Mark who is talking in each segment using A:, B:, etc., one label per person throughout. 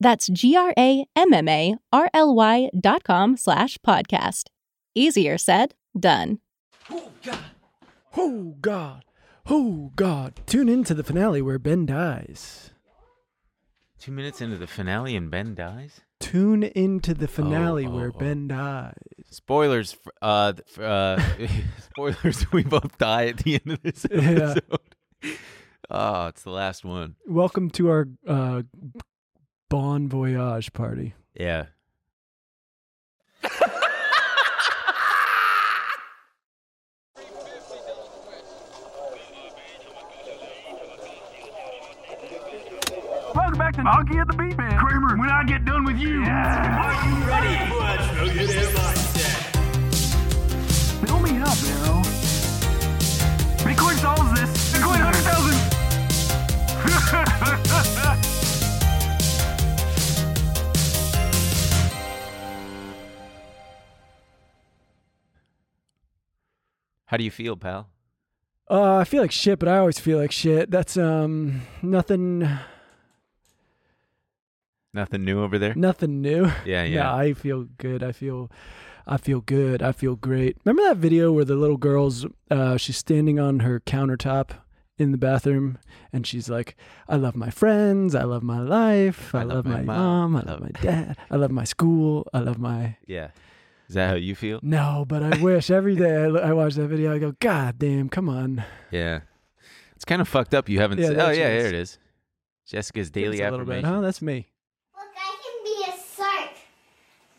A: That's G R A M M A R L Y dot com slash podcast. Easier said, done.
B: Oh God! Oh God! Oh God! Tune in to the finale where Ben dies.
C: Two minutes into the finale and Ben dies?
B: Tune into the finale where
C: oh, oh.
B: Ben dies.
C: Spoilers, f- uh, th- f- uh, spoilers, we both die at the end of this
B: Yeah.
C: episode. Oh, it's the last one.
B: Welcome to our uh, bon voyage party.
C: Yeah.
D: Welcome back to Honky at the Beat Man. Kramer, when I get done with you. Are you ready? Fill me up, Arrow. Bitcoin solves this. Bitcoin 100,000.
C: How do you feel, pal?
B: Uh, I feel like shit, but I always feel like shit. That's um nothing,
C: Nothing new over there?
B: nothing new.
C: Yeah,
B: No,
C: yeah.
B: I feel good. I feel, I feel good. I feel great. Remember that video where the little girl's, uh, she's standing on her countertop in the bathroom, and she's like, "I love my friends. I love my life. I, love, my, mom. I love my dad. I love my school. I love my."
C: Yeah. Is that how you feel?
B: No, but I wish every day I, lo- I watch that video. I go, "God damn, come on."
C: Yeah. It's kind of fucked up. You haven't.
B: Yeah,
C: se-
B: there
C: oh,
B: she
C: yeah,
B: is.
C: here it is. Jessica's daily
B: It's a little bit,
C: affirmation.
B: huh? That's me.
E: Look, I can be a shark.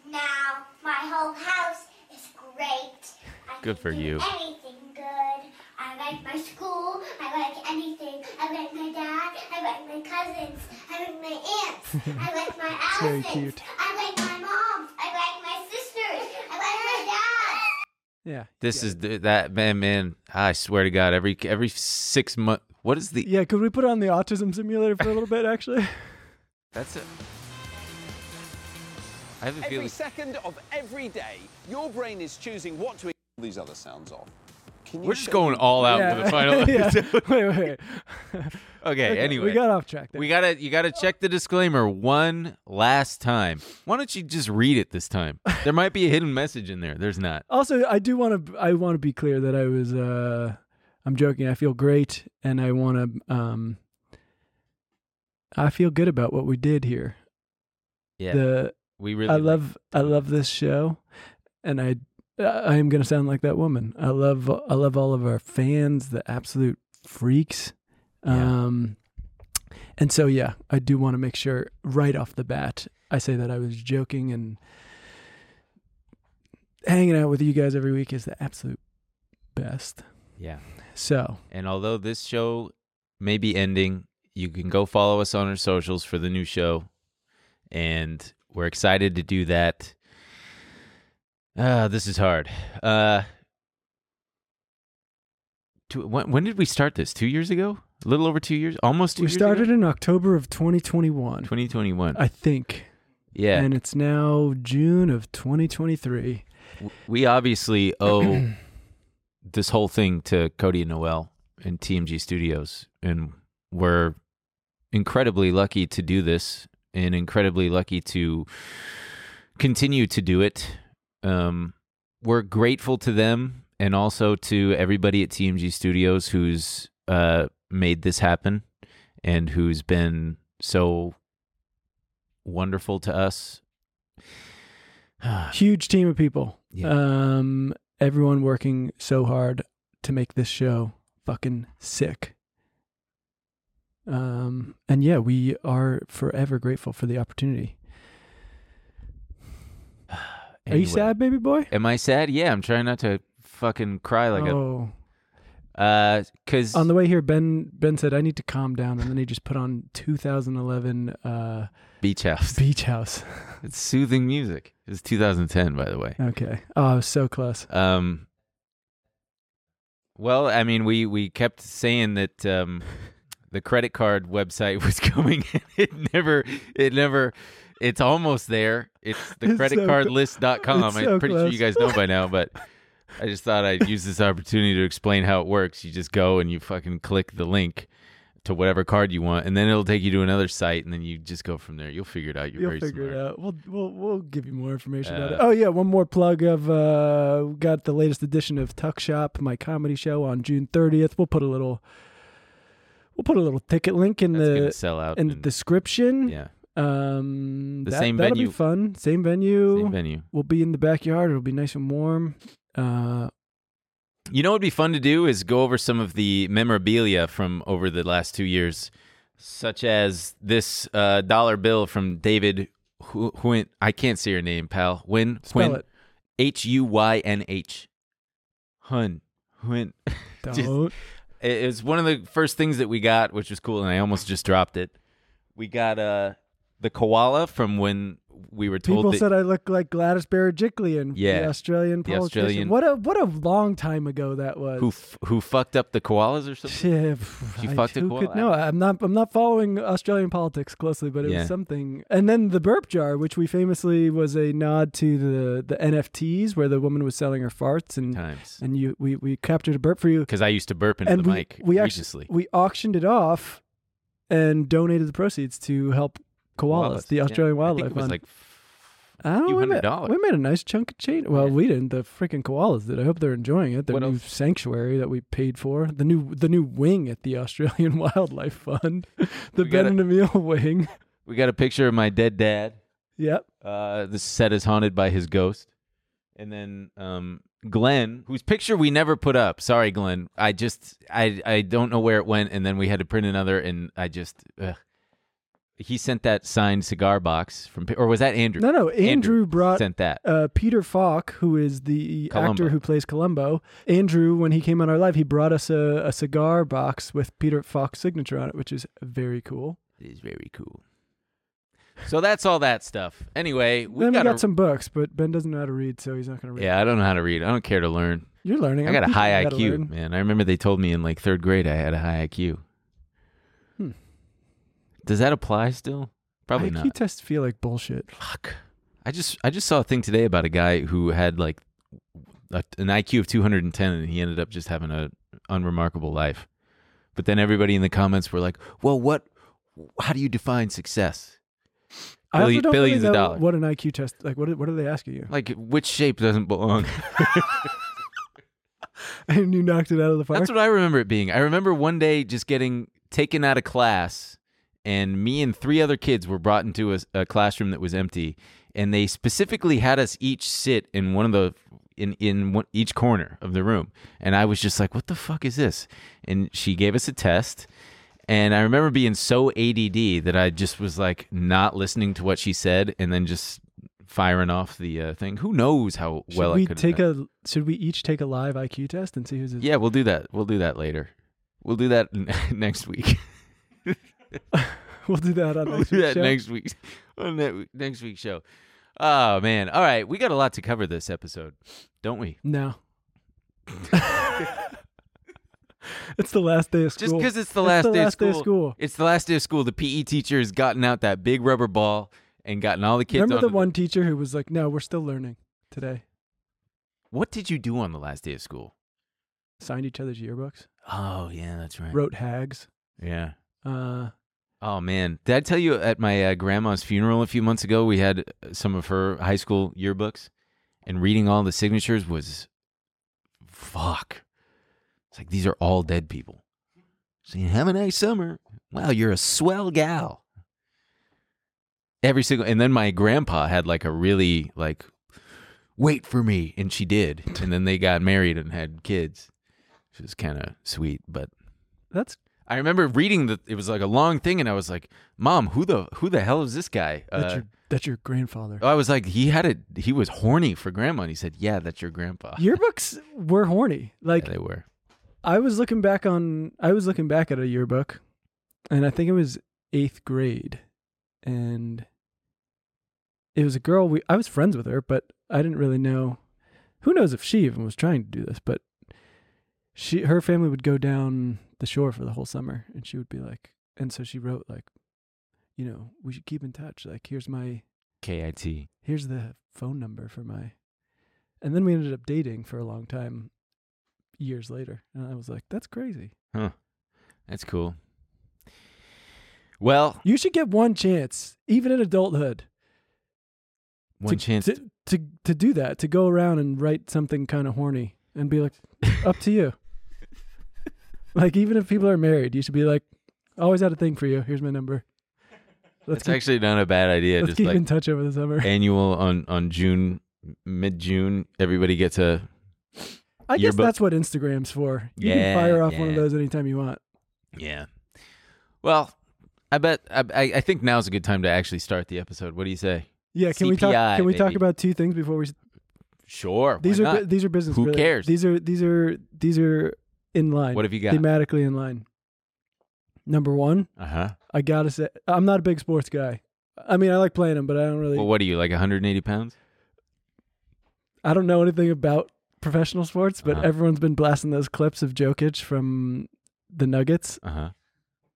E: Now my whole house is great. I
C: Good
E: can
C: for
E: do
C: you.
E: Anything good. I like my school. I like anything. I like my dad. I like my cousins. I like my aunts. I like my
B: very
E: elephants.
B: cute.
E: I like my mom. I like my sisters. I like my dad.
B: Yeah.
C: This is the, that man, man. I swear to God, every every six month. What is the?
B: Yeah, could we put on the autism simulator for a little bit, actually?
C: That's it. I have a
F: Every
C: feeling.
F: second of every day, your brain is choosing what to. These other sounds off. Can you
C: We're just
F: show-
C: going all out
B: yeah.
C: for the final
B: Yeah.
C: episode.
B: Wait, wait, wait.
C: Okay, anyway.
B: We got off track there.
C: We gotta you gotta check the disclaimer one last time. Why don't you just read it this time? There might be a hidden message in there. There's not.
B: also, I do want to I want to be clear that I was uh I'm joking. I feel great and I want to um I feel good about what we did here.
C: Yeah.
B: The
C: we really
B: I
C: like-
B: love I love this show, and I I am gonna sound like that woman. I love I love all of our fans, the absolute freaks.
C: Yeah.
B: Um, and so yeah, I do want to make sure right off the bat I say that I was joking and hanging out with you guys every week is the absolute best.
C: Yeah.
B: So
C: And although this show may be ending, you can go follow us on our socials for the new show. And we're excited to do that. Ah, this is hard. Uh two, when, when did we start this? Two years ago? A little over two years? Almost two
B: we
C: years
B: started
C: ago?
B: in October of 2021,
C: 2021.
B: I think,
C: yeah.
B: and it's now June of 2023.
C: W- we obviously owe this whole thing to Cody and Noel and TMG Studios, and we're incredibly lucky to do this, and incredibly lucky to continue to do it. Um, we're grateful to them, and also to everybody at TMG Studios who's uh, made this happen, and who's been so wonderful to us.
B: huge team of people.
C: Yeah.
B: Um, everyone working so hard to make this show fucking sick. Um, and yeah, we are forever grateful for the opportunity. Are you
C: Anyway.
B: sad, baby boy?
C: Am I sad? Yeah, I'm trying not to fucking cry like
B: oh,
C: a uh cuz
B: on the way here, Ben Ben said I need to calm down, and then he just put on 2011 uh,
C: Beach House.
B: Beach House.
C: It's soothing music. It's 2010 by the way.
B: okay, oh, I was so close.
C: Um Well, I mean we we kept saying that um the credit card website was coming it never it never it's almost there. It's the
B: It's
C: credit
B: so
C: card
B: cl-
C: list.com.
B: it's
C: I'm
B: so
C: pretty sure
B: close.
C: you guys know by now, but I just thought I'd use this opportunity to explain how it works. You just go and you fucking click the link to whatever card you want, and then it'll take you to another site, and then you just go from there. You'll figure it out. You're
B: You'll
C: very
B: figure
C: smart.
B: it out. We'll we'll we'll give you more information about it.
C: Uh,
B: Oh yeah, one more plug of uh we got the latest edition of Tuck Shop, my comedy show on June 30th. We'll put a little we'll put a little ticket link in
C: That's gonna
B: the
C: sell out.
B: in the
C: and-
B: description.
C: yeah,
B: Um
C: The
B: that,
C: same
B: that'll
C: venue.
B: be fun. Same venue.
C: same venue.
B: We'll be in the backyard. It'll be nice and warm. Uh
C: You know what'd be fun to do is go over some of the memorabilia from over the last two years, such as this uh, dollar bill from David Hu- Huyn. I can't say your name, pal. Win
B: spell
C: Huyn.
B: it.
C: H U Y N H. Hun. Huyn. Just-
B: Don't.
C: It it was one of the first things that we got, which was cool, and I almost just dropped it. We got uh the koala from when we were told
B: People
C: that
B: said I look like Gladys Berejiklian, the
C: Yeah.
B: Australian
C: The
B: politician.
C: Australian-
B: What a what a long time ago that was.
C: who f- who fucked up the koalas or something.
B: Yeah, pff,
C: You
B: I-
C: fucked a
B: who
C: koala?
B: could- No, I'm not. I'm not following Australian politics closely, but it
C: Yeah.
B: was something. And then the burp jar, which we famously was a nod to the the NFTs, where the woman was selling her farts, and
C: Times
B: and you we we captured a burp for you,
C: because I used to burp into
B: and
C: the
B: we
C: mic
B: we
C: viciously.
B: actually we auctioned it off, and donated the proceeds to help koalas, the
C: yeah.
B: Australian wildlife.
C: I think it was
B: Fund.
C: like
B: I don't know, Oh,
C: few
B: we
C: hundred
B: made-
C: dollars.
B: We made a nice chunk of change. Well,
C: Yeah.
B: we didn't. The freaking koalas did. I hope they're enjoying it. Their
C: What
B: new
C: else?
B: sanctuary that we paid for. The new the new wing at the Australian Wildlife Fund. The
C: We
B: Ben
C: gotta-
B: and Emil wing.
C: we got a picture of my dead dad.
B: yep.
C: Uh, the set is haunted by his ghost, and then um, Glenn, whose picture we never put up. Sorry, Glenn. I just I I don't know where it went, and then we had to print another, and I just. Ugh. He sent that signed cigar box from, or was that Andrew?
B: No, no. Andrew, brought
C: sent that.
B: uh, Peter Falk, who is the
C: Columbo.
B: actor who plays Columbo. Andrew, when he came on our live, he brought us a, a cigar box with Peter Falk's signature on it, which is very cool.
C: It is very cool. So that's all that stuff. Anyway, we
B: then
C: got,
B: we got some books, but Ben doesn't know how to read, so he's not going to read.
C: Yeah, I don't know how to read. I don't care to learn.
B: You're learning.
C: I
B: I'm
C: got
B: teaching
C: a
B: you
C: high
B: how to learn.
C: IQ, man. I remember they told me in like third grade I had a high IQ.
B: Hmm.
C: Does that apply still? Probably
B: IQ
C: not.
B: tests feel like bullshit.
C: Fuck. I just I just saw a thing today about a guy who had like a, an IQ of 210 and he ended up just having a unremarkable life. But then everybody in the comments were like, "Well, what? How do you define success?
B: I also
C: Billi-
B: don't
C: billions
B: really
C: of
B: know
C: dollars.
B: What an IQ test? Like, what? What are they asking you?
C: Like, which shape doesn't belong?"
B: And you knocked it out of the park.
C: That's what I remember it being. I remember one day just getting taken out of class, and me and three other kids were brought into a, a classroom that was empty, and they specifically had us each sit in one of the in in one, each corner of the room, and I was just like, "What the fuck is this?" And she gave us a test. And I remember being so ADD that I just was like not listening to what she said and then just firing off the uh, thing. Who knows how
B: should
C: well
B: we
C: I could
B: take a? Should we each take a live IQ test and see who's?
C: yeah, we'll do that. We'll do that later. We'll do that n- next week.
B: We'll do that on
C: we'll
B: next
C: do
B: week's
C: that
B: show.
C: next week on that next week's show. Oh man! All right, we got a lot to cover this episode, don't we?
B: No. it's the last day of school.
C: Just because it's the
B: It's
C: last,
B: the
C: day, of
B: last day
C: school,
B: of school.
C: it's the last day of school. The PE teacher has gotten out that big rubber ball and gotten all the kids.
B: remember
C: onto
B: the one teacher who was like, "No, we're still learning today."
C: What did you do on the last day of school?
B: Signed each other's yearbooks.
C: Oh yeah, that's right.
B: Wrote hags.
C: Yeah.
B: Uh,
C: Oh man, did I tell you at my uh, grandma's funeral a few months ago we had uh, some of her high school yearbooks, and reading all the signatures was, fuck, it's like these are all dead people. Saying have a nice summer. Wow, you're a swell gal. Every single, and then my grandpa had like a really like wait for me. And she did. And then they got married and had kids, which was kind of sweet. But
B: That's
C: I remember reading that it was like a long thing, and I was like, "Mom, who the who the hell is this guy?"
B: that's
C: Uh, oh.
B: your that's your grandfather.
C: I was like, "He had it. He was horny for grandma." And he said, "Yeah, that's your grandpa."
B: Yearbooks were horny. Like
C: yeah, they were.
B: I was looking back on I was looking back at a yearbook and I think it was 8th grade and it was a girl we I was friends with her but I didn't really know who knows if she even was trying to do this but she her family would go down the shore for the whole summer and she would be like and so she wrote like you know we should keep in touch like here's my
C: KIT.
B: here's the phone number for my and then we ended up dating for a long time years later and i was like that's crazy
C: That's cool. Well,
B: you should get one chance even in adulthood
C: one
B: to,
C: chance.
B: to, to to do that to go around and write something kind of horny and be like up to you like even if people are married you should be like "I always had a thing for you here's my number let's
C: that's
B: keep,
C: actually not a bad idea.
B: let's
C: Just
B: keep
C: like
B: in touch over the summer
C: annual on on June, mid June, everybody gets a.
B: i guess
C: yearbook-
B: that's what instagram's for you
C: Yeah,
B: can fire off one of
C: yeah.
B: those anytime you want
C: Yeah. Well, I bet I I- I think now's a good time to actually start the episode. What do you say?
B: yeah can we talk
C: CPI,
B: can we talk
C: baby.
B: about two things before we
C: Sure.
B: These
C: why
B: are bu-
C: not?
B: these are business.
C: Who
B: related.
C: cares?
B: These are these are these are in line.
C: What have you got?
B: Thematically in line. Number one,
C: Uh huh.
B: I gotta say, I'm not a big sports guy. I mean, I like playing them, but I don't really.
C: Well, what are you like 180 pounds?
B: I don't know anything about professional sports, but
C: Uh-huh.
B: everyone's been blasting those clips of Jokic from the Nuggets,
C: Uh huh.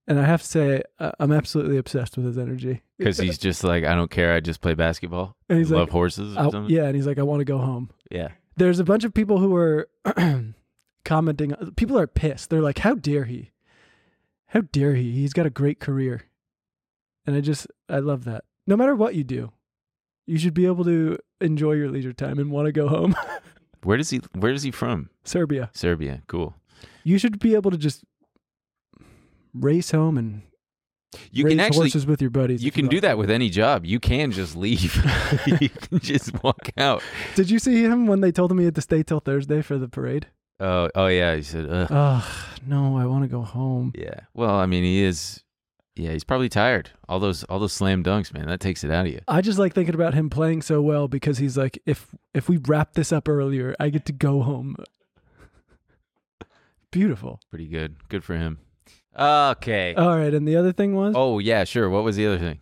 B: and I have to say, uh, I'm absolutely obsessed with his energy.
C: Because he's just like, I don't care. I just play basketball.
B: And he's
C: I love
B: like,
C: horses or
B: I-
C: something.
B: yeah, and he's like, I want to go home.
C: Yeah.
B: there's a bunch of people who are commenting. People are pissed. They're like, "How dare he? How dare he? He's got a great career." And I just, I love that. No matter what you do, you should be able to enjoy your leisure time and want to go home.
C: Where does he? Where is he from?
B: Serbia,
C: Serbia. Cool.
B: you should be able to just race home and
C: You
B: race
C: can actually.
B: horses with your buddies.
C: You
B: if
C: can do
B: like.
C: that with any job. You can just leave. you can just walk out.
B: Did you see him when they told him he had to stay till Thursday for the parade?
C: Oh, oh yeah. He said, Ugh.
B: Ugh, no, I want to go home.
C: yeah. Well, I mean, he is. Yeah, he's probably tired. All those, all those slam dunks, man. That takes it out of you.
B: I just like thinking about him playing so well because he's like, if if we wrap this up earlier, I get to go home. Beautiful.
C: Pretty good. Good for him. Okay.
B: All right, and the other thing was
C: oh yeah, sure. What was the other thing?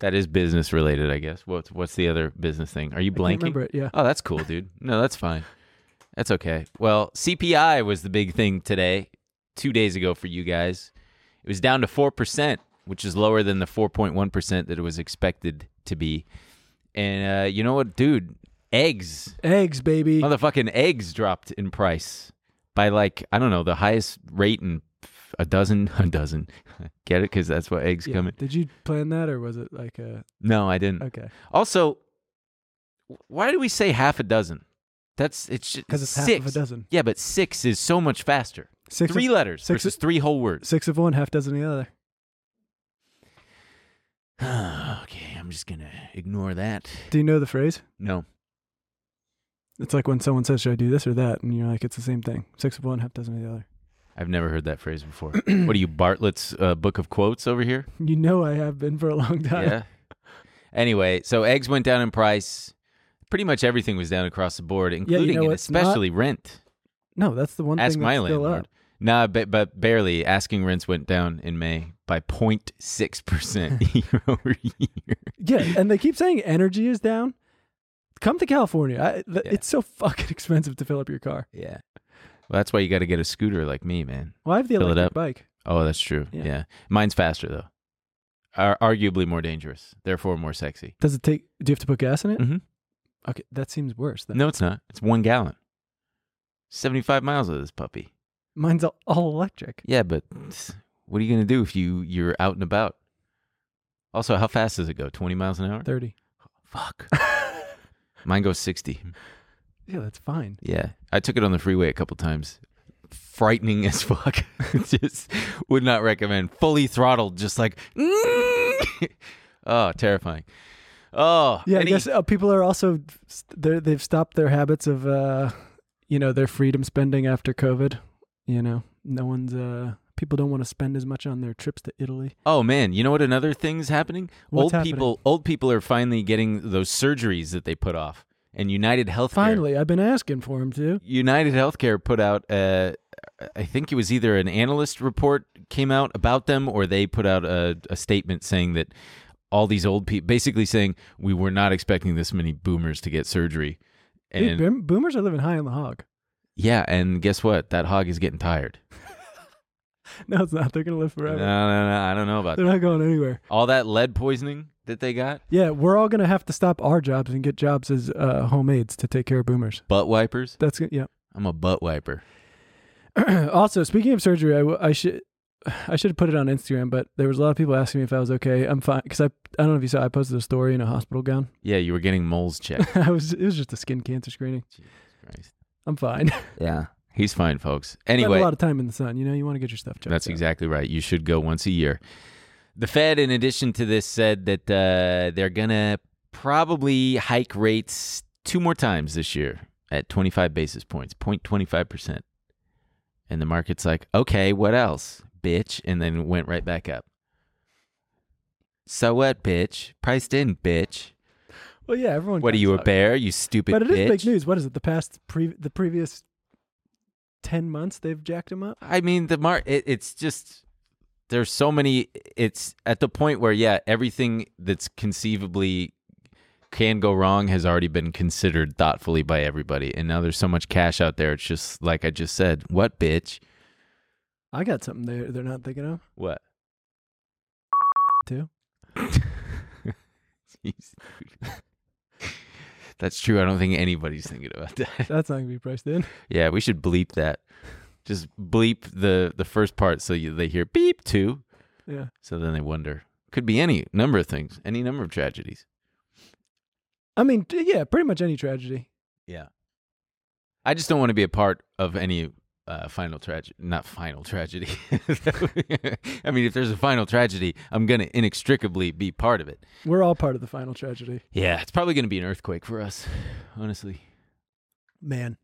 C: That is business related, I guess. What's what's the other business thing? Are you
B: I can't
C: blanking?
B: remember it. Yeah,
C: Oh, that's cool, dude. No, that's fine. That's okay. Well, CPI was the big thing today, two days ago for you guys. It was down to 4%, which is lower than the 4.1% that it was expected to be. And uh, you know what, dude? Eggs,
B: eggs, baby.
C: motherfucking eggs dropped in price by like, I don't know, the highest rate in a dozen, a dozen. Get it? Because that's what eggs
B: Yeah.
C: come in.
B: Did you plan that or was it like a
C: No, I didn't.
B: okay?
C: Also, why do we say half a dozen? That's it's just-
B: Because it's half
C: six.
B: of a dozen.
C: Yeah, but six is so much faster.
B: Six
C: three
B: of,
C: letters
B: six
C: versus
B: is-
C: three whole words.
B: six of one, half dozen of the other.
C: okay, I'm just gonna ignore that.
B: Do you know the phrase?
C: No.
B: It's like when someone says, "Should I do this or that?" and you're like, "It's the same thing. Six of one, half dozen of the other."
C: I've never heard that phrase before. what are you, Bartlett's uh, book of quotes over here?
B: You know, I have been for a long time.
C: yeah. Anyway, so eggs went down in price. Pretty much everything was down across the board, including
B: know
C: and
B: what's not?
C: especially rent.
B: No, that's the one
C: Ask
B: thing
C: my
B: that's still
C: landlord.
B: up.
C: Nah, but, but barely. Asking rents went down in May by 0.6% year over year.
B: Yeah, and they keep saying energy is down. Come to California. I, th-
C: Yeah.
B: It's so fucking expensive to fill up your car.
C: Yeah. Well, that's why you got to get a scooter like me, man.
B: Well, I have the
C: Fill it
B: electric
C: up.
B: bike.
C: Oh, that's true. Yeah.
B: Yeah.
C: Mine's faster, though. Ar- arguably more dangerous, therefore more sexy.
B: Does it take? Do you have to put gas in it?
C: Mhm.
B: Okay, that seems worse. Then.
C: No, it's not. It's one gallon. 75 miles of this puppy.
B: mine's all, all electric.
C: Yeah, but what are you going to do if you, you're out and about? Also, how fast does it go? 20 miles an hour?
B: Thirty.
C: Fuck. Mine goes 60.
B: Yeah, that's fine.
C: Yeah. I took it on the freeway a couple times. Frightening as fuck. just would not recommend. Fully throttled, just like, oh, terrifying. Oh,
B: Yeah, I
C: and he-
B: guess uh, people are also they're, they've stopped their habits of uh, you know their freedom spending after COVID. You know, no one's uh, people don't want to spend as much on their trips to Italy.
C: Oh man, you know what another thing's happening?
B: What's
C: old people old people are finally getting those surgeries that they put off. And United Healthcare
B: Finally, I've been asking for him to.
C: United Healthcare put out uh I think it was either an analyst report came out about them or they put out a, a statement saying that all these old people basically saying we were not expecting this many boomers to get surgery.
B: Dude,
C: And
B: boom- boomers are living high on the hog.
C: yeah, and guess what? That hog is getting tired.
B: No, it's not. They're gonna live
C: No,
B: forever.
C: no, no, I don't know about
B: They're
C: that.
B: not going anywhere.
C: All that lead poisoning that they got,
B: Yeah, we're all gonna have to stop our jobs and get jobs as uh, homemaids to take care of boomers.
C: butt wipers.
B: That's good. Yeah.
C: I'm a butt wiper.
B: also, speaking of surgery, I, w- I should I should have put it on Instagram, but there was a lot of people asking me if I was okay. I'm fine because I I don't know if you saw I posted a story in a hospital gown.
C: Yeah, you were getting moles checked.
B: I was it was just a skin cancer screening.
C: Christ.
B: I'm fine.
C: Yeah. He's fine, folks.
B: Spend
C: Anyway,
B: a lot of time in the sun. You know, you want to get your stuff checked.
C: that's
B: out.
C: exactly right. You should go once a year. The Fed, in addition to this, said that uh, they're going to probably hike rates two more times this year at 25 basis points, 0.25%. And the market's like, okay, what else, bitch? And then went right back up. So what, bitch? Priced in, bitch.
B: Well, yeah, everyone.
C: What are
B: kinda
C: you, a
B: sucks.
C: bear, you stupid
B: But it is
C: bitch?
B: big news. What is it? The past pre the previous ten months they've jacked them up.
C: I mean, the mar it, it's just there's so many. It's at the point where yeah, everything that's conceivably can go wrong has already been considered thoughtfully by everybody, and now there's so much cash out there. It's just like I just said, what bitch?
B: I got something they they're not thinking of
C: What?
B: too.
C: Jeez, dude. That's true. I don't think anybody's thinking about that.
B: That's not gonna be priced in.
C: Yeah, we should bleep that. Just bleep the the first part so you, they hear beep too.
B: Yeah.
C: So then they wonder. Could be any number of things, any number of tragedies.
B: I mean, t- yeah, pretty much any tragedy.
C: Yeah. I just don't want to be a part of any uh, final tragedy. Not final tragedy. I mean, if there's a final tragedy, I'm going to inextricably be part of it.
B: We're all part of the final tragedy.
C: Yeah, it's probably going to be an earthquake for us, honestly.
B: Man,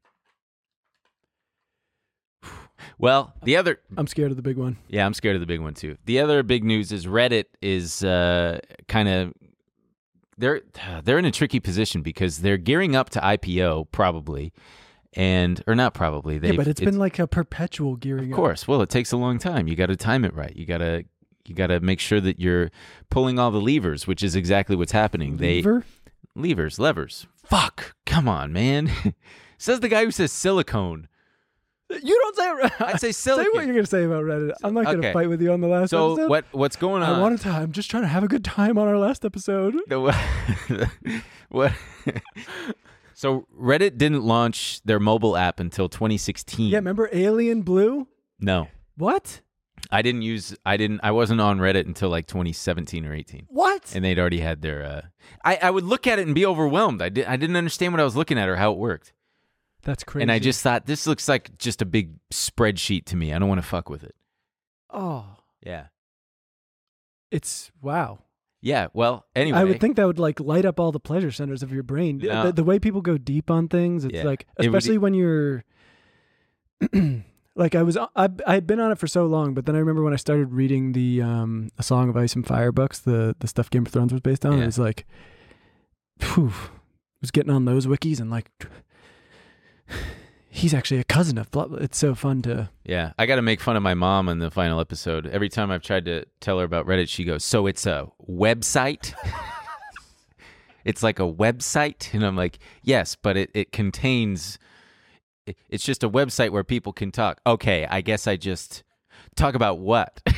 C: Well, the other.
B: I'm scared of the big one.
C: Yeah, I'm scared of the big one too. The other big news is Reddit is uh, kind of they're they're in a tricky position because they're gearing up to IPO probably, and or not probably. They
B: yeah, but it's been like a perpetual gearing.
C: of
B: up.
C: course. Well, it takes a long time. You got to time it right. You got to you got to make sure that you're pulling all the levers, which is exactly what's happening.
B: Lever?
C: They levers, levers. Fuck, come on, man. Says the guy who says silicone.
B: You don't say. it
C: I'd say
B: Say
C: silicon.
B: what you're gonna say about Reddit. I'm not
C: Okay.
B: gonna fight with you on the last
C: so
B: episode.
C: what what's going on?
B: I wanted to. I'm just trying to have a good time on our last episode.
C: Mm. The, what? so Reddit didn't launch their mobile app until 2016.
B: Yeah, remember Alien Blue?
C: no,
B: What?
C: I didn't use. I didn't. I wasn't on Reddit until like 2017 or 18,
B: What?
C: and they'd already had their. Uh, I I would look at it and be overwhelmed. I did. I didn't understand what I was looking at or how it worked,
B: That's crazy.
C: and I just thought this looks like just a big spreadsheet to me. I don't want to fuck with it.
B: Oh,
C: Yeah.
B: it's wow.
C: Yeah. Well, anyway,
B: I would think that would like light up all the pleasure centers of your brain. The-
C: No.
B: The, the way people go deep on things, it's
C: Yeah.
B: like
C: It would-
B: especially when you're like I was I I had been on it for so long, but then I remember when I started reading the um A Song of Ice and Fire books, the the stuff Game of Thrones was based on,
C: Yeah.
B: it was like phew, was getting on those wikis and like he's actually a cousin of blah, blah. it's so fun to
C: Yeah, I got to make fun of my mom in the final episode. Every time I've tried to tell her about Reddit, she goes, "So it's a website." it's like a website, and I'm like, "Yes, but it it contains it- it's just a website where people can talk." Okay, I guess I just talk about what?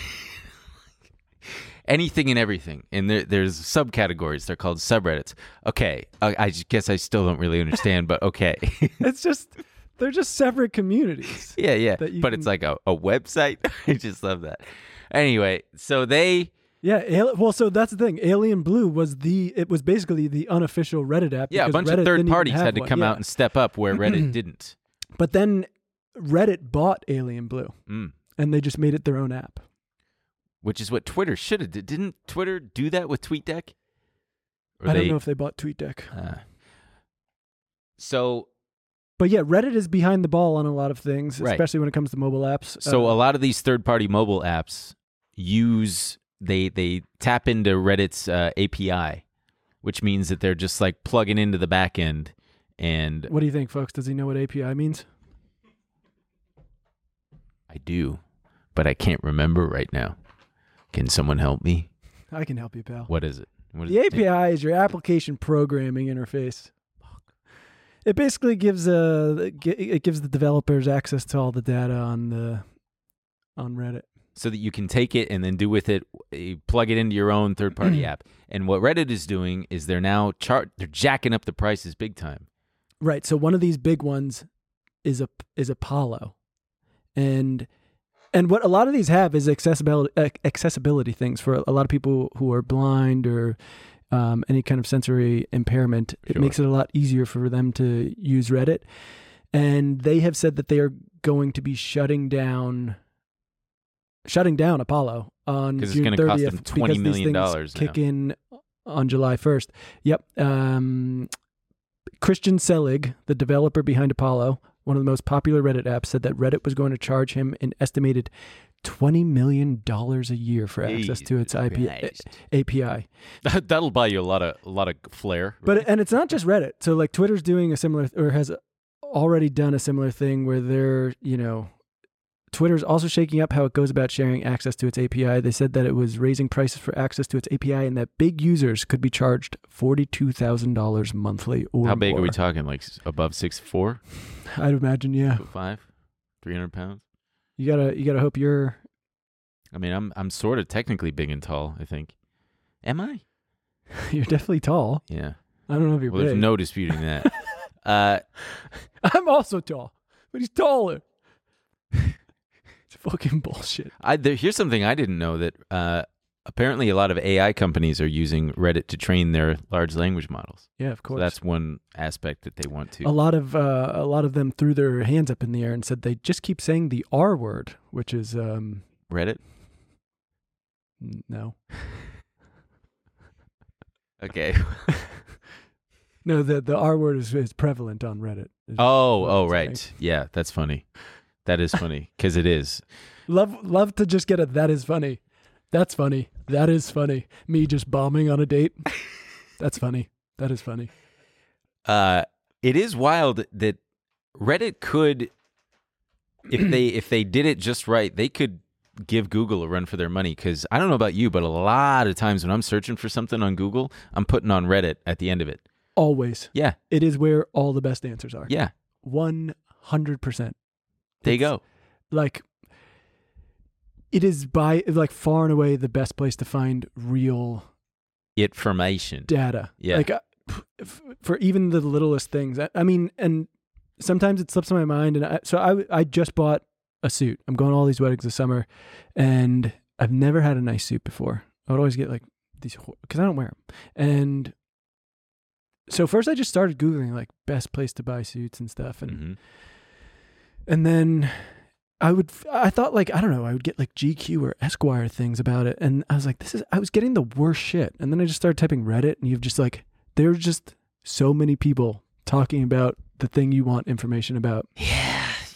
C: Anything and everything. And there, there's subcategories. They're called subreddits. Okay. I, I just guess I still don't really understand, but okay.
B: it's just they're just separate communities.
C: Yeah, yeah.
B: that you
C: But it's
B: can-
C: like a, a website. I just love that. Anyway, so they
B: Yeah, al- well, so that's the thing. Alien Blue was the it was basically the unofficial Reddit app.
C: yeah, a
B: because
C: bunch
B: Reddit
C: of third
B: didn't even
C: parties
B: have
C: had to
B: one.
C: come
B: Yeah.
C: out and step up where Reddit didn't.
B: but then Reddit bought Alien Blue,
C: Mm.
B: and they just made it their own app.
C: Which is what Twitter should have did. Didn't Twitter do that with TweetDeck? Or
B: I
C: they,
B: don't know if they bought TweetDeck.
C: uh, so
B: But yeah, Reddit is behind the ball on a lot of things,
C: Right.
B: especially when it comes to mobile apps.
C: so
B: Uh,
C: a lot of these third-party mobile apps use they they tap into Reddit's uh, API, which means that they're just like plugging into the back end and
B: what do you think, folks? Does he know what API means?
C: I do, but I can't remember right now. Can someone help me?
B: I can help you, pal.
C: What is it? What is
B: The
C: it?
B: API is your application programming interface. It basically gives uh gi- it gives the developers access to all the data on the on Reddit.
C: so that you can take it and then do with it you plug it into your own third
B: Mm.
C: party app and what reddit is doing is they're now chart they're jacking up the prices big time
B: Right. So one of these big ones is a is Apollo, and and what a lot of these have is accessibility ac- accessibility things for a lot of people who are blind or um, any kind of sensory impairment. It
C: Sure.
B: makes it a lot easier for them to use Reddit, and they have said that they are going to be shutting down shutting down Apollo on
C: 'Cause it's
B: June
C: gonna
B: 30th
C: cost them $20
B: because these
C: million
B: things
C: now.
B: kick in on July 1st. Yep. Um, Christian Selig, the developer behind Apollo, one of the most popular Reddit apps, said that Reddit was going to charge him an estimated $20 million a year for access to its
C: Jesus
B: IP,
C: Christ.
B: API.
C: that'll buy you a lot of a lot of flair
B: But and it's not just Reddit. So like Twitter's doing a similar or has already done a similar thing where they're, you know, Twitter's also shaking up how it goes about sharing access to its API. They said that it was raising prices for access to its API and that big users could be charged $42,000 monthly or
C: how big are we
B: more.
C: talking like s- above six four
B: I'd imagine, yeah.
C: five 300 pounds
B: You got to you got to hope you're
C: i mean i'm i'm sort of technically big and tall i think am i
B: you're definitely tall.
C: yeah
B: I don't know if you're
C: well
B: big.
C: there's no disputing that uh
B: I'm also tall, but he's taller. it's fucking bullshit.
C: I, there, here's something I didn't know that uh, apparently a lot of AI companies are using Reddit to train their large language models.
B: Yeah, of
C: So
B: course.
C: that's one aspect that they want to.
B: a lot of uh, a lot of them threw their hands up in the air and said they just keep saying the R word, which is um,
C: Reddit.
B: n- no,
C: Okay.
B: no. The the R word is, is prevalent on Reddit. Is-
C: oh, oh,
B: Sorry.
C: right. Yeah, that's funny. That is funny because it is.
B: Love love to just get a that is funny, that's funny, that is funny. Me just bombing on a date, that's funny, that is funny.
C: Uh, it is wild that Reddit could, if they if they did it just right, they could give Google a run for their money. Because I don't know about you, but a lot of times when I'm searching for something on Google, I'm putting on Reddit at the end of it.
B: Always,
C: Yeah,
B: it is where all the best answers are.
C: yeah.
B: one hundred percent.
C: There you go.
B: like it is by like far and away the best place to find real
C: It formation.
B: data.
C: Yeah.
B: Like uh, p- f- for even the littlest things. I, I mean, and sometimes it slips my mind. And I, so I, I just bought a suit. I'm going to all these weddings this summer, and I've never had a nice suit before. I would always get like these because I don't wear them. And so first I just started googling like best place to buy suits and stuff, and
C: Mhm.
B: and then I would I thought like I don't know I would get like GQ or Esquire things about it and I was like this is I was getting the worst shit and then I just started typing Reddit and you've just like there's just so many people talking about the thing you want information about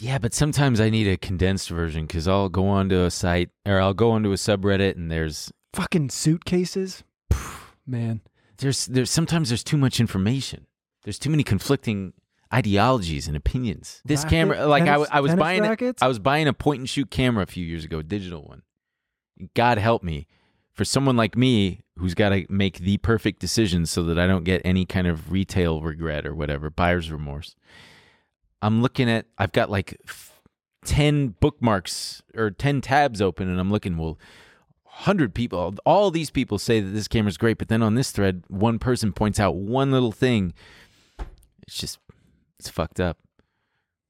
C: Yeah, but sometimes I need a condensed version because I'll go onto a site or I'll go onto a subreddit and there's
B: fucking suitcases Phew, man
C: there's there's sometimes there's too much information. There's too many conflicting ideologies and opinions. This
B: Racket-
C: camera, like I
B: tennis-
C: w- I, was
B: tennis
C: buying, a,
B: rackets?
C: I was buying a point and shoot camera a few years ago, a digital one. God help me, for someone like me who's got to make the perfect decision so that I don't get any kind of retail regret or whatever, buyer's remorse. I'm looking at I've got like f- 10 bookmarks or 10 tabs open and I'm looking well 100 people all these people say that this camera's great but then on this thread one person points out one little thing it's just it's fucked up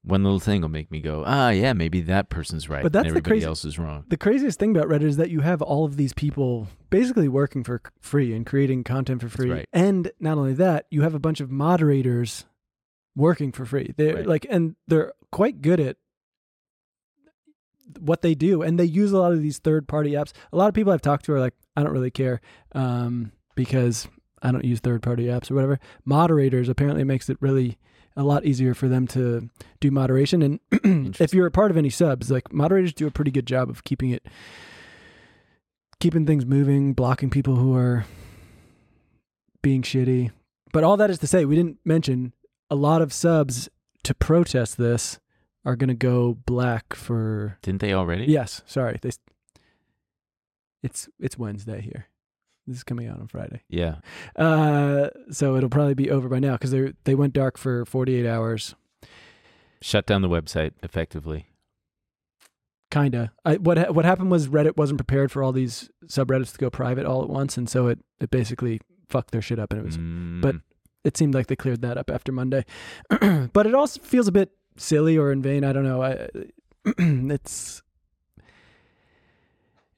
C: one little thing will make me go ah yeah maybe that person's right
B: But that's
C: and
B: the
C: everybody
B: crazy-
C: else is wrong
B: the craziest thing about Reddit is that you have all of these people basically working for c- free and creating content for free.
C: right.
B: And not only that, you have a bunch of moderators working for free. They're
C: Right.
B: like, and they're quite good at what they do. And they use a lot of these third party apps. A lot of people I've talked to are like, I don't really care um, because I don't use third party apps or whatever. Moderators apparently makes it really a lot easier for them to do moderation. And if you're a part of any subs, like moderators do a pretty good job of keeping it, keeping things moving, blocking people who are being shitty. But all that is to say, we didn't mention a lot of subs to protest this are going to go black for.
C: Didn't they already?
B: Yes, sorry. They, it's it's Wednesday here. This is coming out on Friday.
C: Yeah.
B: Uh, so it'll probably be over by now because they they went dark for 48 hours,
C: Shut down the website effectively.
B: kinda. I, what ha- what happened was Reddit wasn't prepared for all these subreddits to go private all at once, and so it it basically fucked their shit up, and it was but
C: Mm,
B: it seemed like they cleared that up after Monday. but it also feels a bit silly or in vain. I don't know. I, it's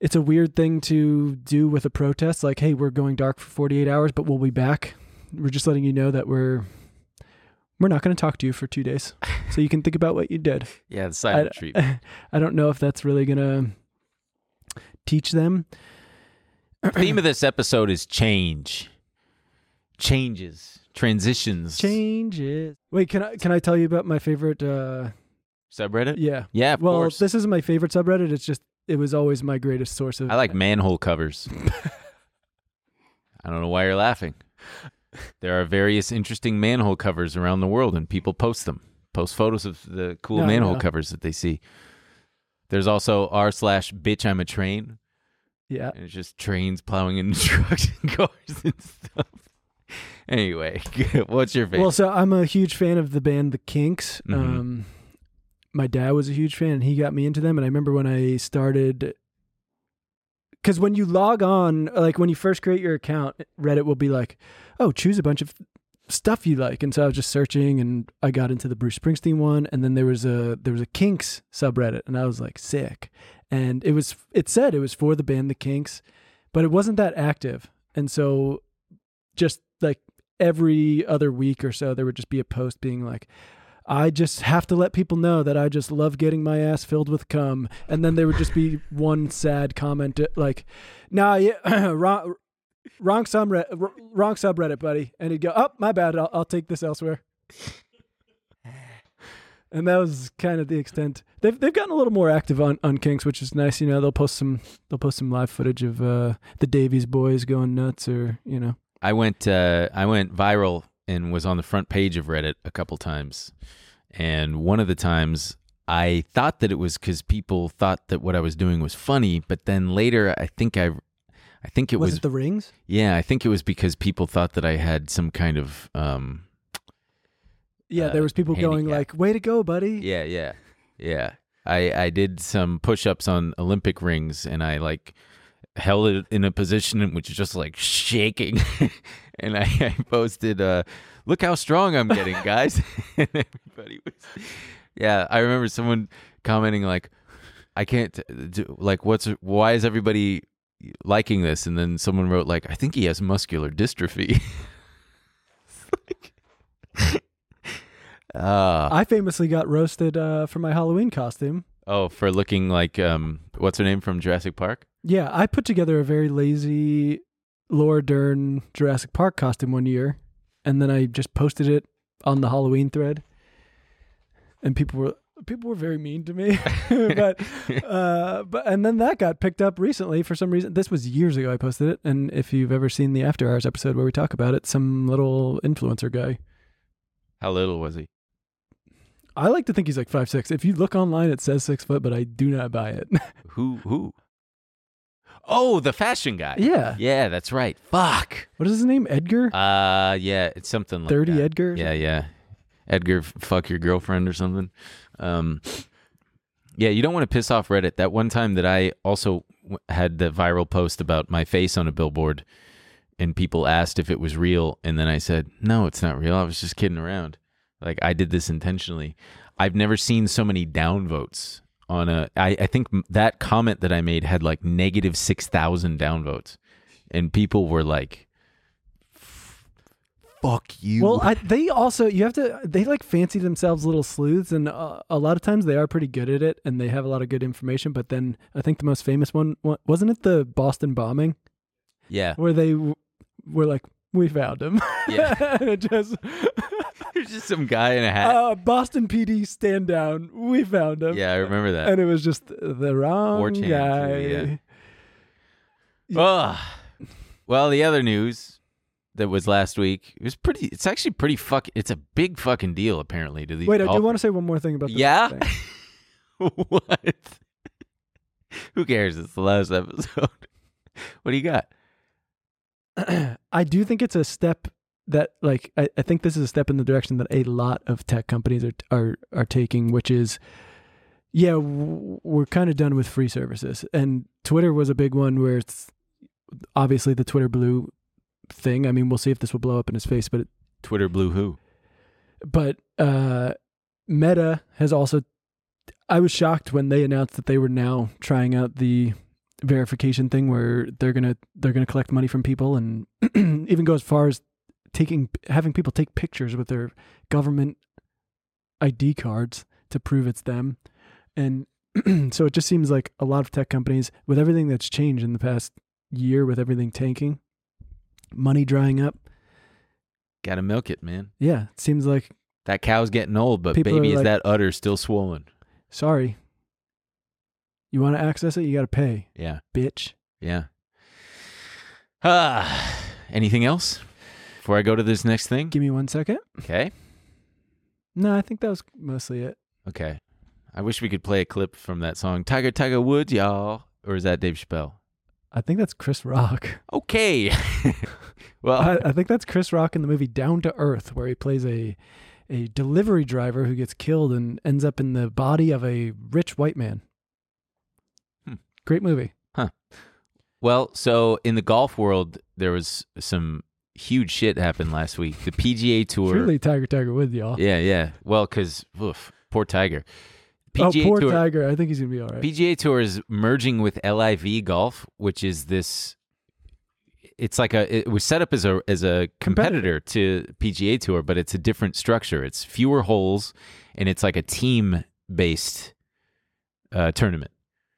B: it's a weird thing to do with a protest. Like, hey, we're going dark for 48 hours, but we'll be back. We're just letting you know that we're we're not going to talk to you for two days, so you can think about what you did.
C: yeah, the silent treatment.
B: I don't know if that's really going to teach them.
C: The theme of this episode is change. Changes, transitions.
B: Changes. Wait, can I can I tell you about my favorite? uh
C: Subreddit?
B: Yeah,
C: Yeah, of
B: well,
C: course.
B: this isn't my favorite subreddit. It's just it was always my greatest source of.
C: I like manhole covers. I don't know why you're laughing. There are various interesting manhole covers around the world, and people post them, post photos of the cool
B: No,
C: manhole
B: no.
C: covers that they see. There's also r slash bitch I'm a train,
B: yeah.
C: and it's just trains plowing into trucks and cars and stuff. Anyway, what's your favorite?
B: Well, so I'm a huge fan of the band The Kinks.
C: Mhm.
B: Um, my dad was a huge fan, and he got me into them. And I remember when I started, because when you log on, like when you first create your account, Reddit will be like, "Oh, choose a bunch of stuff you like." And so I was just searching, and I got into the Bruce Springsteen one, and then there was a there was a Kinks subreddit, and I was like, sick. And it was it said it was for the band The Kinks, but it wasn't that active, and so just like every other week or so there would just be a post being like I just have to let people know that I just love getting my ass filled with cum and then there would just be one sad comment uh, like nah yeah, wrong wrong subreddit wrong subreddit buddy and he'd go oh my bad I'll, I'll take this elsewhere and that was kind of the extent they've they've gotten a little more active on on kinks which is nice you know they'll post some they'll post some live footage of uh the Davies boys going nuts or you know
C: I went uh, I went viral and was on the front page of Reddit a couple times, and one of the times I thought that it was because people thought that what I was doing was funny, but then later I think I, I think it was,
B: was it the rings
C: yeah I think it was because people thought that I had some kind of um
B: Yeah,
C: uh,
B: there was people
C: handing-
B: going
C: yeah.
B: like, "Way to go, buddy!"
C: yeah yeah yeah I I did some push ups on Olympic rings and I like held it in a position in which is just like shaking and I, I posted uh look how strong i'm getting guys and everybody was yeah i remember someone commenting like i can't do, like what's why is everybody liking this and then someone wrote like i think he has muscular dystrophy It's like- Ah.
B: I famously got roasted uh, for my Halloween costume.
C: oh for looking like um what's her name from jurassic park
B: Yeah, I put together a very lazy Laura Dern Jurassic Park costume one year, and then I just posted it on the Halloween thread, and people were people were very mean to me, but uh, but and then that got picked up recently for some reason. This was years ago I posted it, and if you've ever seen the After Hours episode where we talk about it, some little influencer guy
C: how little was he
B: I like to think he's like five six. If you look online, it says six foot, but I do not buy it.
C: who who oh the fashion guy
B: yeah.
C: yeah that's right fuck
B: What is his name? Edgar.
C: Uh, yeah, it's something like
B: Thirty
C: that.
B: Edgar.
C: Yeah, yeah, Edgar, f- fuck your girlfriend or something. Um, yeah, you don't want to piss off Reddit. That one time that I also w- had the viral post about my face on a billboard, and people asked if it was real, and then I said, "No, it's not real. I was just kidding around. Like I did this intentionally." I've never seen so many downvotes on a. I, I think m- that comment that I made had like negative six thousand downvotes, and people were like. Fuck you.
B: Well, I, they also you have to they like fancy themselves little sleuths, and uh, a lot of times they are pretty good at it, and they have a lot of good information. But then I think the most famous one wa- wasn't it the Boston bombing
C: yeah.
B: where they w- were like, we found him.
C: Yeah.
B: It just
C: There's just some guy in a hat.
B: uh, Boston PD stand down. We found him.
C: yeah, I remember that.
B: Oh, And it was just the wrong
C: 4chan,
B: guy.
C: yeah. Ugh. Well, the other news that was last week it was pretty. It's actually pretty fuck. It's a big fucking deal apparently to these.
B: Wait, I do
C: golfers.
B: want to say one more thing about this.
C: Yeah.
B: thing.
C: what? Who cares? It's the last episode. what do you got?
B: I do think it's a step that like I, I think this is a step in the direction that a lot of tech companies are are are taking, which is yeah, w- we're kind of done with free services, and Twitter was a big one where it's obviously the Twitter blue thing. I mean, we'll see if this will blow up in his face, but it,
C: Twitter blue who?
B: but uh, Meta has also. I was shocked when they announced that they were now trying out the verification thing where they're gonna they're gonna collect money from people and even go as far as taking having people take pictures with their government ID cards to prove it's them, and so it just seems like a lot of tech companies with everything that's changed in the past year with everything tanking, money drying up.
C: Got to milk it, man.
B: Yeah, it seems like
C: That cow's getting old, but
B: People
C: baby,
B: are
C: is
B: like-
C: that udder still swollen?
B: Sorry. You want to access it? You got to pay,
C: Yeah,
B: bitch.
C: yeah. Ah, anything else before I go to this next thing?
B: Give me one second.
C: Okay,
B: No, I think that was mostly it.
C: okay. I wish we could play a clip from that song, Tiger Tiger Woods, y'all. Or is that Dave Chappelle?
B: I think that's Chris Rock.
C: Okay. well,
B: I, I think that's Chris Rock in the movie Down to Earth, where he plays a a delivery driver who gets killed and ends up in the body of a rich white man.
C: Hmm.
B: Great movie.
C: Well, so in the golf world, there was some huge shit happened last week. The PGA Tour.
B: Truly, Tiger Tiger with y'all.
C: Yeah, yeah. Well, because poor Tiger.
B: oh,
C: PGA
B: poor
C: Tour.
B: Tiger. I think he's gonna be all right.
C: PGA Tour is merging with LIV Golf, which is this. It's like a. It was set up as a as a competitor to PGA Tour, but it's a different structure. It's fewer holes, and it's like a team based uh, tournament.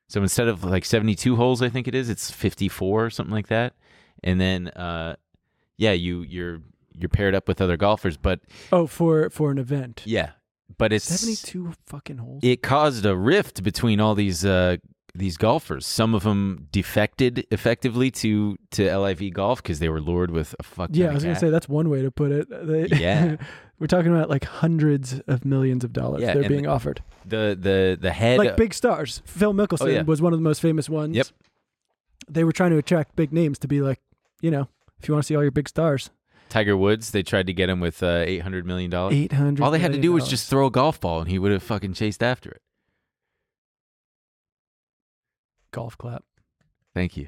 C: So instead of like seventy two holes, I think it is, it's fifty four or something like that. And then, uh, yeah, you you're you're paired up with other golfers, but
B: oh, for for an event.
C: yeah, but it's
B: Seventy-two fucking holes.
C: it caused a rift between all these uh, these golfers. Some of them defected effectively to to LIV golf because they were lured with a fuck. ton
B: Yeah, I
C: of
B: was gonna
C: cash.
B: say that's one way to put it. They-
C: Yeah.
B: we're talking about like hundreds of millions of dollars
C: Yeah,
B: they're
C: and
B: being
C: the-
B: offered,
C: the the the head.
B: like big stars. Phil Mickelson
C: Oh, yeah.
B: was one of the most famous ones.
C: Yep.
B: they were trying to attract big names to be like, you know, if you want to see all your big stars,
C: Tiger Woods. They tried to get him with uh, eight hundred million dollars.
B: eight hundred.
C: All they had to do was just throw a golf ball, and he would have fucking chased after it.
B: golf clap.
C: Thank you.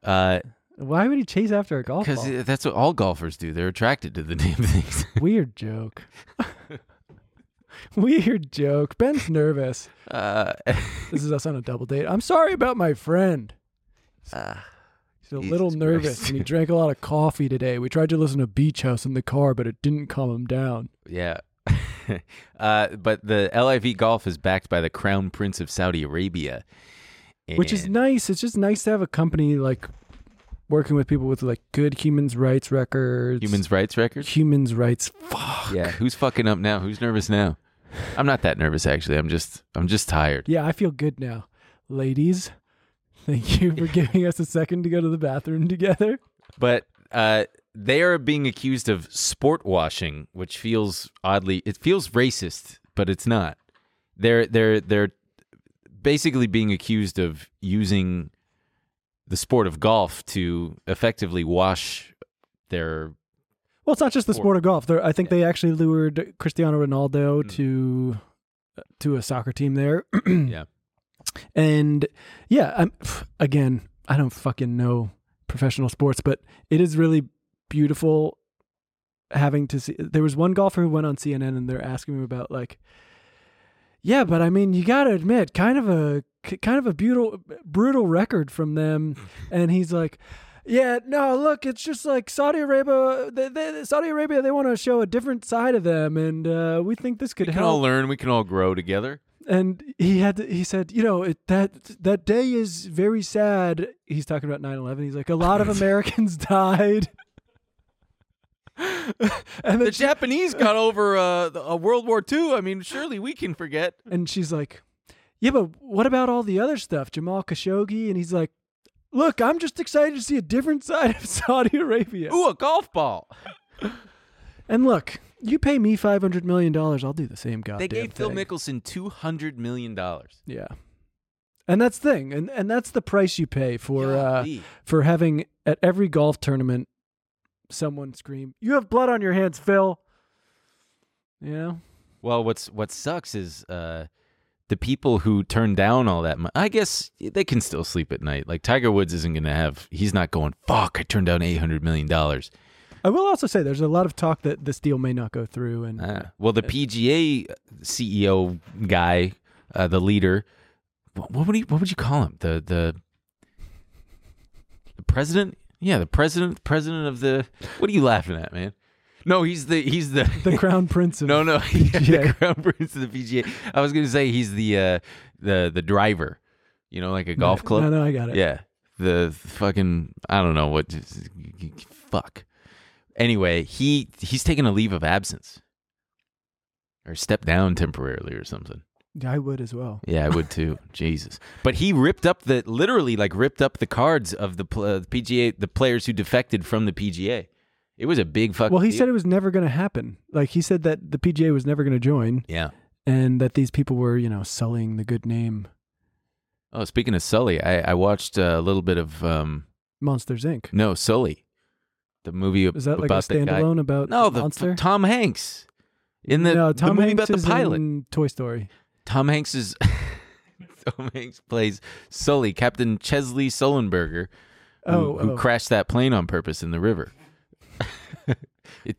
C: Because
B: Why would he chase after a golf ball?
C: that's what all golfers do. They're attracted to the damn things.
B: Weird joke. Weird joke. Ben's nervous.
C: Uh,
B: This is us on a double date. I'm sorry about my friend. He's a
C: Jesus
B: little nervous
C: Christ.
B: and he drank a lot of coffee today. We tried to listen to Beach House in the car, but it didn't calm him down.
C: Yeah. uh, but the LIV Golf is backed by the Crown Prince of Saudi Arabia.
B: Which is
C: And-
B: nice. It's just nice to have a company like working with people with like good humans rights records.
C: Humans Rights Records?
B: humans rights. Fuck.
C: Yeah. Who's fucking up now? Who's nervous now? I'm not that nervous actually. I'm just I'm just tired.
B: Yeah, I feel good now. Ladies, thank you for giving us a second to go to the bathroom together.
C: But uh they are being accused of sport washing, which feels oddly it feels racist, but it's not. They're they're they're basically being accused of using the sport of golf to effectively wash their
B: Well, it's not just the
C: Or-
B: sport of golf. They're, I think they actually lured Cristiano Ronaldo
C: Mm.
B: to uh, to a soccer team there.
C: Yeah.
B: And yeah, I'm pff, again, I don't fucking know professional sports, but it is really beautiful having to see there was one golfer who went on CNN and they're asking him about like yeah, but I mean, you got to admit kind of a kind of a brutal brutal record from them and he's like yeah, no, look, it's just like Saudi Arabia. They, they, Saudi Arabia, they want to show a different side of them, and uh, we think this could
C: We can
B: help
C: all learn. We can all grow together.
B: and he had he said you know it, that that day is very sad he's talking about 9-11 he's like a lot of americans died and
C: The
B: then she-
C: Japanese got over uh, the- uh, World War II. I mean, surely we can forget.
B: and she's like, "Yeah, but what about all the other stuff, Jamal Khashoggi?" And he's like, "Look, I'm just excited to see a different side of Saudi Arabia."
C: Ooh, a golf ball.
B: And look, you pay me five hundred million dollars, I'll do the same goddamn.
C: They gave Phil
B: thing.
C: Mickelson two hundred million dollars.
B: Yeah. And that's the thing, and and that's the price you pay for uh, for having at every golf tournament someone scream, "You have blood on your hands, Phil." You know,
C: Well, what's what sucks is uh, the people who turn down all that money. I guess they can still sleep at night. Like Tiger Woods isn't going to have. He's not going. Fuck! I turned down eight hundred million dollars.
B: I will also say there's a lot of talk that this deal may not go through, and
C: Ah. Well, the PGA CEO E guy, uh, the leader, wh- what would he, what would you call him? The the the president? Yeah, the president, president of the. What are you laughing at, man? No, he's the he's the
B: the crown prince. Of,
C: no no the
B: PGA.
C: crown prince of the PGA. I was gonna say he's the uh, the the driver, you know, like a golf club.
B: No, no, I got it.
C: Yeah. The fucking I don't know what fuck. Anyway, he he's taking a leave of absence. Or step down temporarily or something.
B: Yeah, I would as well.
C: Yeah, I would too. Jesus. But he ripped up the literally like ripped up the cards of the pl- uh, PGA the players who defected from the PGA. It was a big fucking
B: Well, he
C: deal.
B: said it was never going to happen. Like he said that the PGA was never going to join,
C: Yeah.
B: and that these people were, you know, sullying the good name
C: Oh, speaking of Sully, I I watched a little bit of um
B: Monsters Inc.
C: no, Sully. The movie
B: Is that like a
C: about the guy-
B: standalone about
C: No, the
B: monster?
C: Tom Hanks in the,
B: no,
C: the
B: Tom
C: movie
B: Hanks
C: about
B: is
C: the pilot.
B: in Toy Story.
C: Tom Hanks is Tom Hanks plays Sully, Captain Chesley Sullenberger, who,
B: Oh,
C: who
B: oh.
C: crashed that plane on purpose in the river. it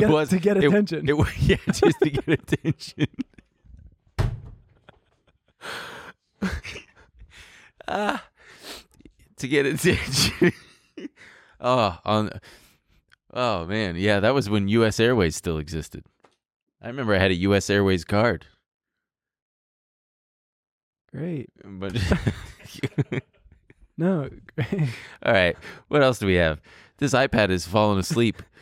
B: To get-
C: was
B: to get
C: it-
B: attention.
C: It, wa- yeah, just to get attention. ah, to get attention. oh, on. Oh man, yeah, that was when U.S. Airways still existed. I remember I had a U.S. Airways card.
B: Great.
C: But
B: No, great.
C: all right, what else do we have? This iPad is falling asleep.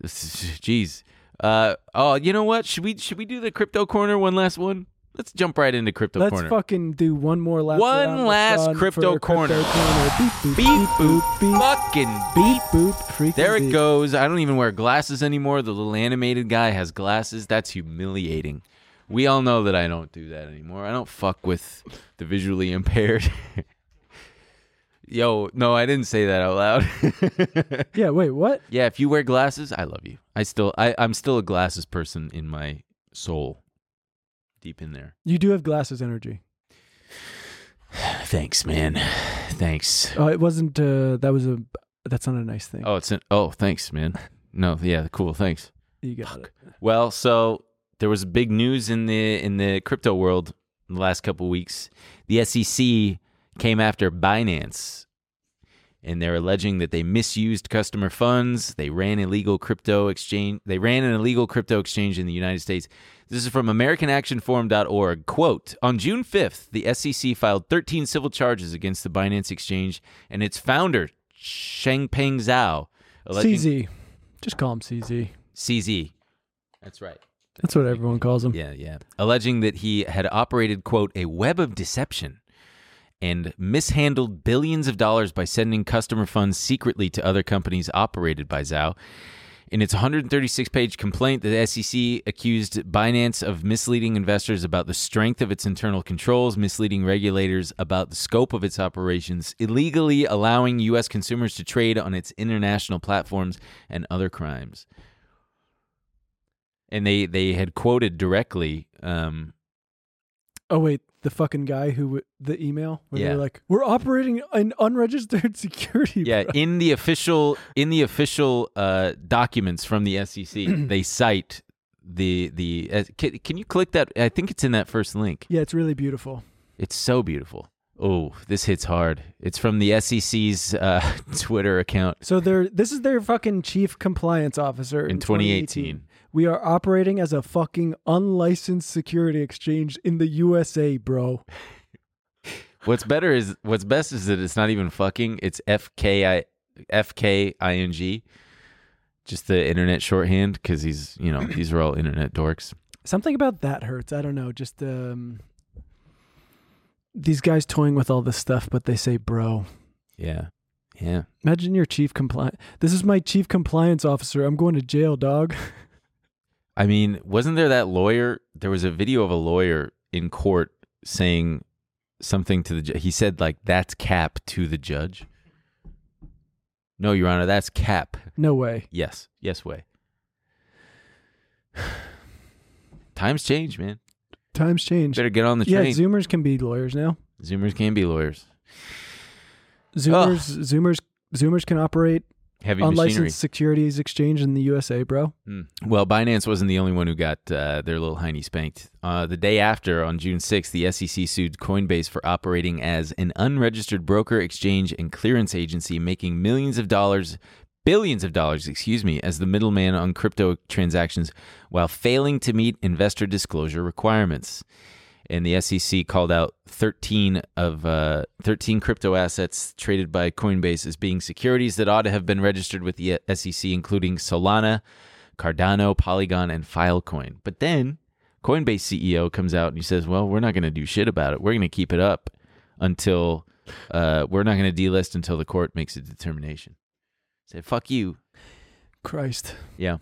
C: This is- Jeez. Uh, oh, you know what? Should we should we do the crypto corner one last one? Let's jump right into crypto
B: Let's
C: corner.
B: fucking do one more last
C: One
B: round of
C: last
B: fun
C: crypto
B: for
C: corner.
B: Crypto corner. Beep boop
C: beep boop
B: beep
C: fucking
B: beep
C: beep.
B: boop. Freaking
C: There it
B: beep.
C: goes. I don't even wear glasses anymore. The little animated guy has glasses. That's humiliating. We all know that I don't do that anymore. I don't fuck with the visually impaired. Yo, no, I didn't say that out loud.
B: Yeah. Wait. What?
C: yeah, if you wear glasses, I love you. I still I, I'm still a glasses person in my soul. Deep in there.
B: You do have glasses energy.
C: Thanks, man. Thanks.
B: Oh, it wasn't. Uh, that was a. That's not a nice thing.
C: Oh, it's an oh, thanks, man. No, yeah, cool, thanks.
B: you got it.
C: Well, so there was big news in the in the crypto world in the last couple weeks. The SEC came after Binance, and they're alleging that they misused customer funds. They ran illegal crypto exchange. They ran an illegal crypto exchange in the United States. This is from AmericanActionForum.org. Quote On June 5th, the SEC filed 13 civil charges against the Binance exchange and its founder, Changpeng Zhao. alleging-
B: CZ. Just call him CZ.
C: CZ. That's right.
B: That's what everyone calls him.
C: Yeah, yeah. Alleging that he had operated, quote, a web of deception and mishandled billions of dollars by sending customer funds secretly to other companies operated by Zhao. In its 136 page complaint, the SEC accused Binance of misleading investors about the strength of its internal controls, misleading regulators about the scope of its operations, illegally allowing U.S. consumers to trade on its international platforms, and other crimes and they they had quoted directly um
B: Oh wait, the fucking guy who w- the email where
C: Yeah.
B: they're like, "We're operating an unregistered security."
C: yeah
B: bro."
C: in the official in the official uh documents from the SEC they cite the the uh, can, can you click that I think it's in that first link
B: yeah. It's really beautiful.
C: it's so beautiful oh this hits hard it's from the SEC's uh Twitter account
B: So they're this is their fucking chief compliance officer in,
C: in 2018
B: We are operating as a fucking unlicensed security exchange in the USA, bro.
C: what's better is what's best is that it's not even fucking it's F K I F K I N G Just the internet shorthand because he's, you know, these are all internet dorks.
B: Something about that hurts. I don't know. Just um, these guys toying with all this stuff, but they say bro.
C: Yeah. Yeah.
B: Imagine your chief compliance. This is my chief compliance officer. I'm going to jail, dog.
C: I mean, wasn't there that lawyer? There was a video of a lawyer in court saying something to the judge. He said, like, that's cap to the judge. No, Your Honor, that's cap.
B: No way.
C: Yes. Yes, way. Times change, man.
B: Times change.
C: Better get on the
B: Yeah,
C: train.
B: Zoomers can be lawyers now.
C: Zoomers can be lawyers.
B: Zoomers, Zoomers, Zoomers can operate
C: Heavy
B: unlicensed
C: machinery.
B: securities exchange in the USA, bro.
C: Mm. Well, Binance wasn't the only one who got uh, their little hiney spanked. Uh, the day after, on June 6th, the SEC sued Coinbase for operating as an unregistered broker, exchange, and clearance agency, making millions of dollars, billions of dollars, excuse me, as the middleman on crypto transactions while failing to meet investor disclosure requirements. And the SEC called out 13 of uh, 13 crypto assets traded by Coinbase as being securities that ought to have been registered with the uh, SEC, including Solana, Cardano, Polygon, and Filecoin. But then Coinbase CEO comes out and he says, "Well, we're not going to do shit about it. We're going to keep it up until uh, we're not going to delist until the court makes a determination." Say, "Fuck you."
B: Christ.
C: Yeah.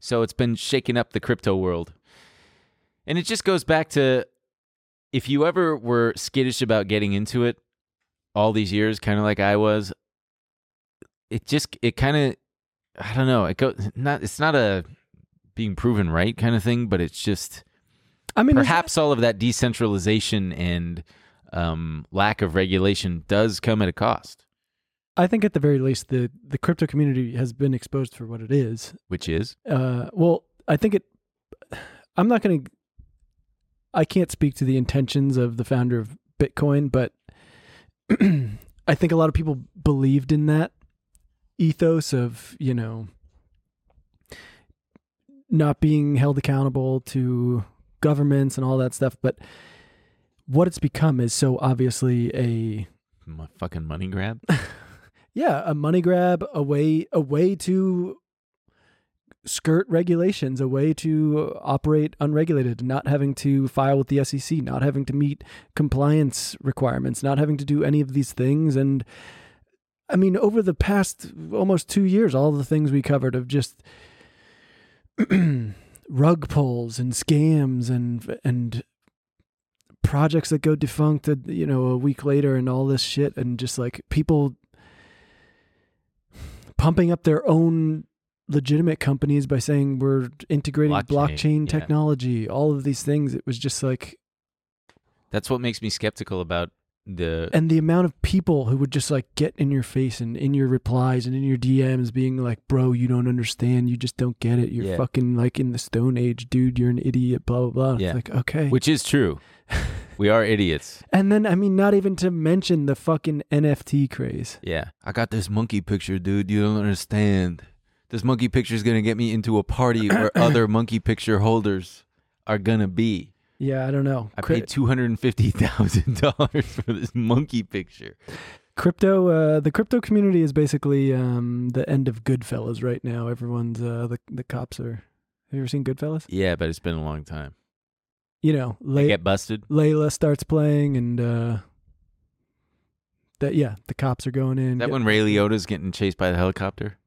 C: So it's been shaking up the crypto world. And it just goes back to if you ever were skittish about getting into it all these years, kind of like I was, it just, it kind of, I don't know, it go not, it's not a being proven right kind of thing, but it's just
B: I mean, there's-
C: perhaps all of that decentralization and um, lack of regulation does come at a cost,
B: I think at the very least, the the crypto community has been exposed for what it is,
C: which is,
B: uh, well, I think it. I'm not going to. I can't speak to the intentions of the founder of Bitcoin, but I think a lot of people believed in that ethos of you know not being held accountable to governments and all that stuff. But what it's become is so obviously a
C: my fucking money grab.
B: yeah, a money grab, a way a way to skirt regulations, a way to operate unregulated, not having to file with the SEC, not having to meet compliance requirements, not having to do any of these things and I mean over the past almost 2 years all the things we covered of just rug pulls and scams and and projects that go defunct uh, you know a week later and all this shit and just like people pumping up their own legitimate companies by saying we're integrating
C: Blockchain,
B: blockchain,
C: yeah.
B: technology, all of these things. It was just like,
C: That's what makes me skeptical about the
B: and the amount of people who would just like get in your face and in your replies and in your DMs being like, bro, you don't understand. You just don't get it. You're
C: Yeah.
B: fucking like in the stone age, dude. You're an idiot, blah, blah, blah.
C: Yeah.
B: It's like, okay.
C: Which is true. we are idiots.
B: and then, I mean, not even to mention the fucking NFT craze.
C: Yeah. I got this monkey picture, dude. You don't understand. This monkey picture is going to get me into a party where other monkey picture holders are going to be.
B: Yeah, I don't know.
C: I
B: Cra-
C: paid $250,000 for this monkey picture.
B: crypto uh, the crypto community is basically um, the end of goodfellas right now everyone's uh, the, the cops are have you ever seen goodfellas
C: Yeah, but it's been a long time.
B: you know
C: They
B: Le-
C: get busted.
B: layla starts playing and uh, that yeah the cops are going in
C: Is that
B: Get-
C: when Ray Liotta's getting chased by the helicopter?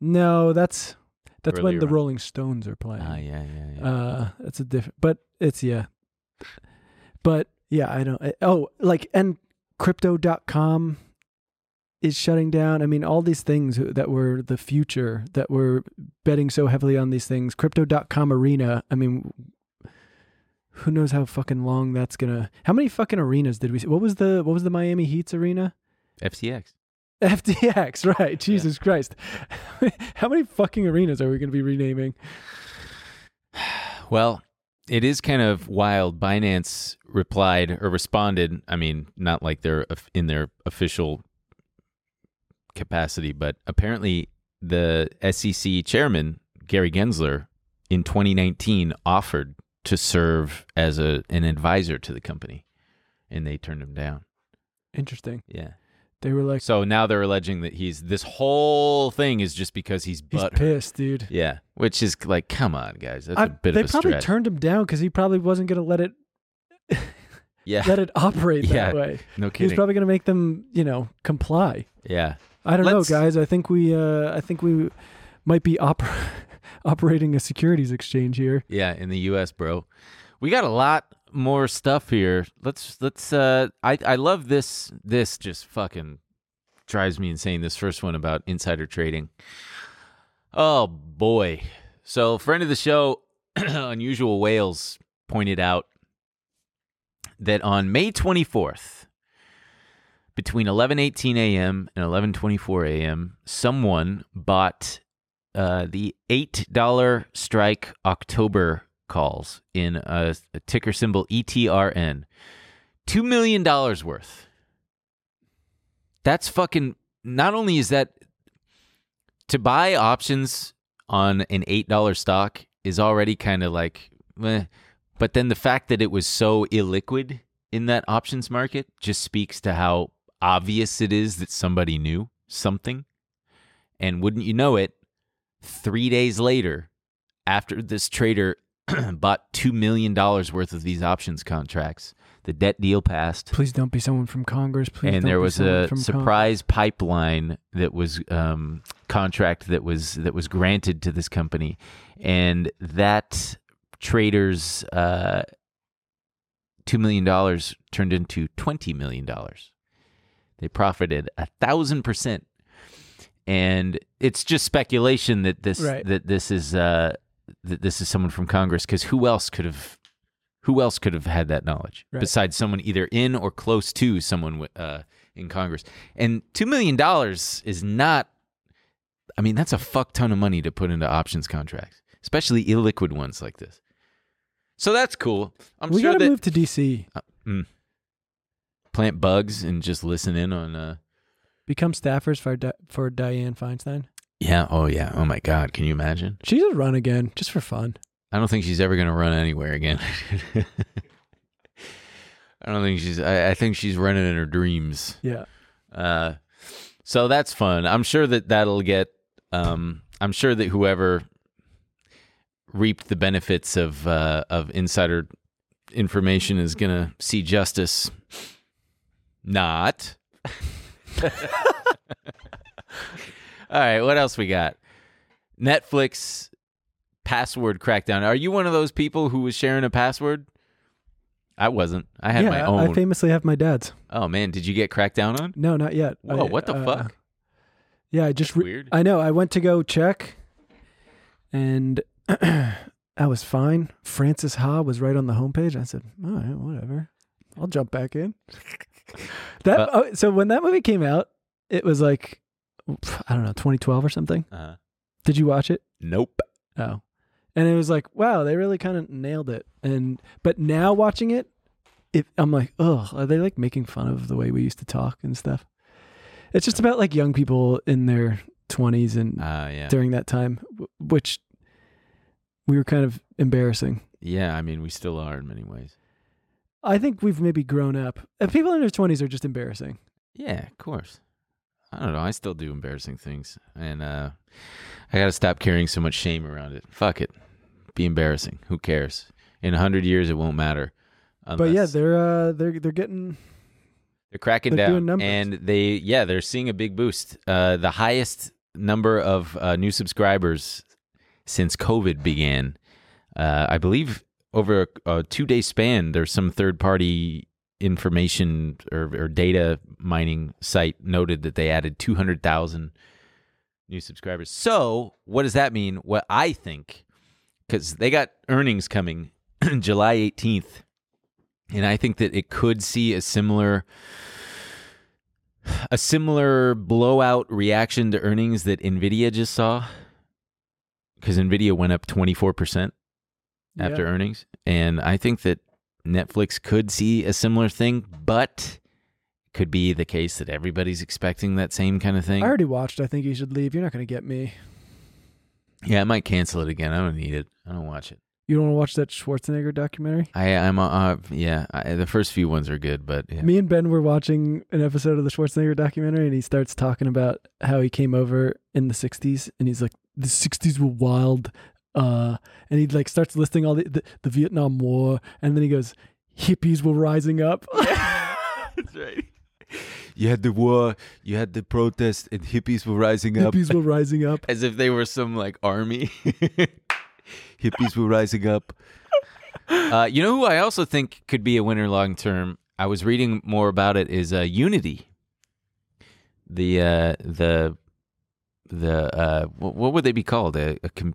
B: no that's that's when
C: Earlier
B: the
C: on.
B: rolling stones are playing
C: Ah, yeah, yeah, yeah.
B: Uh, it's a different, but it's yeah. But yeah, I don't. I, oh, like and crypto.com is shutting down. I mean, all these things that were the future that were betting so heavily on these things. Crypto.com arena. I mean, who knows how fucking long that's gonna? How many fucking arenas did we see? What was the what was the Miami Heat's arena?
C: FTX.
B: FTX, right? Jesus Christ! how many fucking arenas are we gonna be renaming?
C: Well, it is kind of wild. Binance replied or responded. I mean, not like they're of- in their official capacity, but apparently the SEC chairman, Gary Gensler, in 2019 offered to serve as a, an advisor to the company, and they turned him down.
B: Interesting.
C: Yeah.
B: They were like,
C: So now they're alleging that he's this whole thing is just because he's
B: he's
C: but
B: pissed, dude.
C: yeah, which is like, come on, guys, that's
B: I-
C: a bit
B: they
C: of a
B: probably
C: stretch.
B: turned him down because he probably wasn't going to let it
C: yeah,
B: let it operate that
C: Yeah,
B: way. He
C: no
B: was
C: kidding.
B: probably going to make them, you know, comply.
C: yeah,
B: I don't
C: Let's-
B: know, guys. I think we uh, I think we might be oper- operating a securities exchange here.
C: yeah, in the U.S., bro, we got a lot more stuff here. Let's let's. uh I I love this. This just fucking drives me insane. This first one about insider trading. Oh boy. So friend of the show, Unusual Whales pointed out that on May 24th, between 11:18 a.m. and 11:24 a.m., someone bought uh, the eight dollar strike October calls in a, a ticker symbol E ETRN, two million dollars worth. That's fucking. Not only is that to buy options on an eight dollar stock is already kind of like, meh, but then the fact that it was so illiquid in that options market just speaks to how obvious it is that somebody knew something, and wouldn't you know it, three days later, after this trader bought $2 million worth of these options contracts, the debt deal passed.
B: Please don't be someone from Congress. Please.
C: and
B: don't
C: there
B: be
C: was
B: someone
C: a
B: from Con-
C: surprise pipeline that was um, contract that was that was granted to this company, and that trader's uh, two million dollars turned into twenty million dollars. They profited a thousand percent, and it's just speculation that this
B: Right.
C: that this is uh, that this is someone from Congress because who else could have who else could have had that knowledge
B: Right.
C: besides someone either in or close to someone wi- uh, in Congress? And two million dollars is not. I mean, that's a fuck ton of money to put into options contracts, especially illiquid ones like this. So that's cool. I'm
B: we
C: sure
B: gotta
C: that Uh,
B: move to DC.
C: plant bugs and just listen in on. Uh,
B: Become staffers for Di- for Diane Feinstein.
C: yeah. Oh yeah. Oh my God. Can you imagine?
B: She should run again, just for fun.
C: I don't think she's ever going to run anywhere again. I don't think she's. I, I think she's running in her dreams.
B: Yeah.
C: Uh, so that's fun. I'm sure that that'll get. Um, I'm sure that whoever reaped the benefits of uh, of insider information is gonna see justice. Not. All right. What else we got? Netflix password crackdown. Are you one of those people who was sharing a password? I wasn't. I had
B: yeah.
C: my
B: I-
C: own.
B: I famously have my dad's.
C: oh man, did you get cracked down on?
B: No, not yet.
C: Whoa,
B: I,
C: what the
B: uh,
C: fuck?
B: Yeah, I just
C: That's
B: re-
C: weird.
B: I know. I went to go check, and I was fine. Francis Ha was right on the homepage. I said, "All right, whatever. I'll jump back in." that
C: Uh,
B: oh, so when that movie came out, it was like pff, I don't know, 2012 or something.
C: Uh,
B: Did you watch it?
C: nope.
B: Oh, and it was like, wow, they really kind of nailed it. And but now watching it, it I'm like, oh, are they like making fun of the way we used to talk and stuff? It's just about like young people in their 20s and
C: Uh, yeah.
B: during that time, w- which we were kind of embarrassing.
C: Yeah, I mean, we still are in many ways.
B: I think we've maybe grown up. Uh, People in their 20s are just embarrassing.
C: Yeah, of course. I don't know. I still do embarrassing things. And uh, I got to stop carrying so much shame around it. Fuck it. Be embarrassing. Who cares? In a 100 years, it won't matter.
B: But yeah,
C: unless-
B: they're uh, they're they're getting
C: They're cracking
B: They're
C: down,
B: doing numbers.
C: and they yeah they're seeing a big boost. Uh, the highest number of uh, new subscribers since COVID began. Uh, I believe over a, a two day span, there's some third party information or, or data mining site noted that they added two hundred thousand new subscribers. So what does that mean? What I think because they got earnings coming July 18th. And I think that it could see a similar a similar blowout reaction to earnings that Nvidia just saw cuz Nvidia went up 24% after
B: yeah.
C: earnings and I think that Netflix could see a similar thing but could be the case that everybody's expecting that same kind of thing.
B: I already watched. I think you should leave. You're not going to get me.
C: yeah, I might cancel it again. I don't need it. I don't watch it.
B: You don't want to watch that Schwarzenegger documentary?
C: I I'm uh, uh yeah. I, the first few ones are good, but yeah.
B: Me and Ben were watching an episode of the Schwarzenegger documentary, and he starts talking about how he came over in the '60s, and he's like, "The '60s were wild," uh, and he like starts listing all the, the the Vietnam War, and then he goes, "Hippies were rising up."
C: That's right. You had the war, you had the protest, and hippies were rising up
B: Hippies were rising up.
C: as if they were some like army. hippies were rising up. Uh, you know who I also think could be a winner long term. I was reading more about it is uh, Unity. The uh, the the uh, what, what would they be called? A, a com-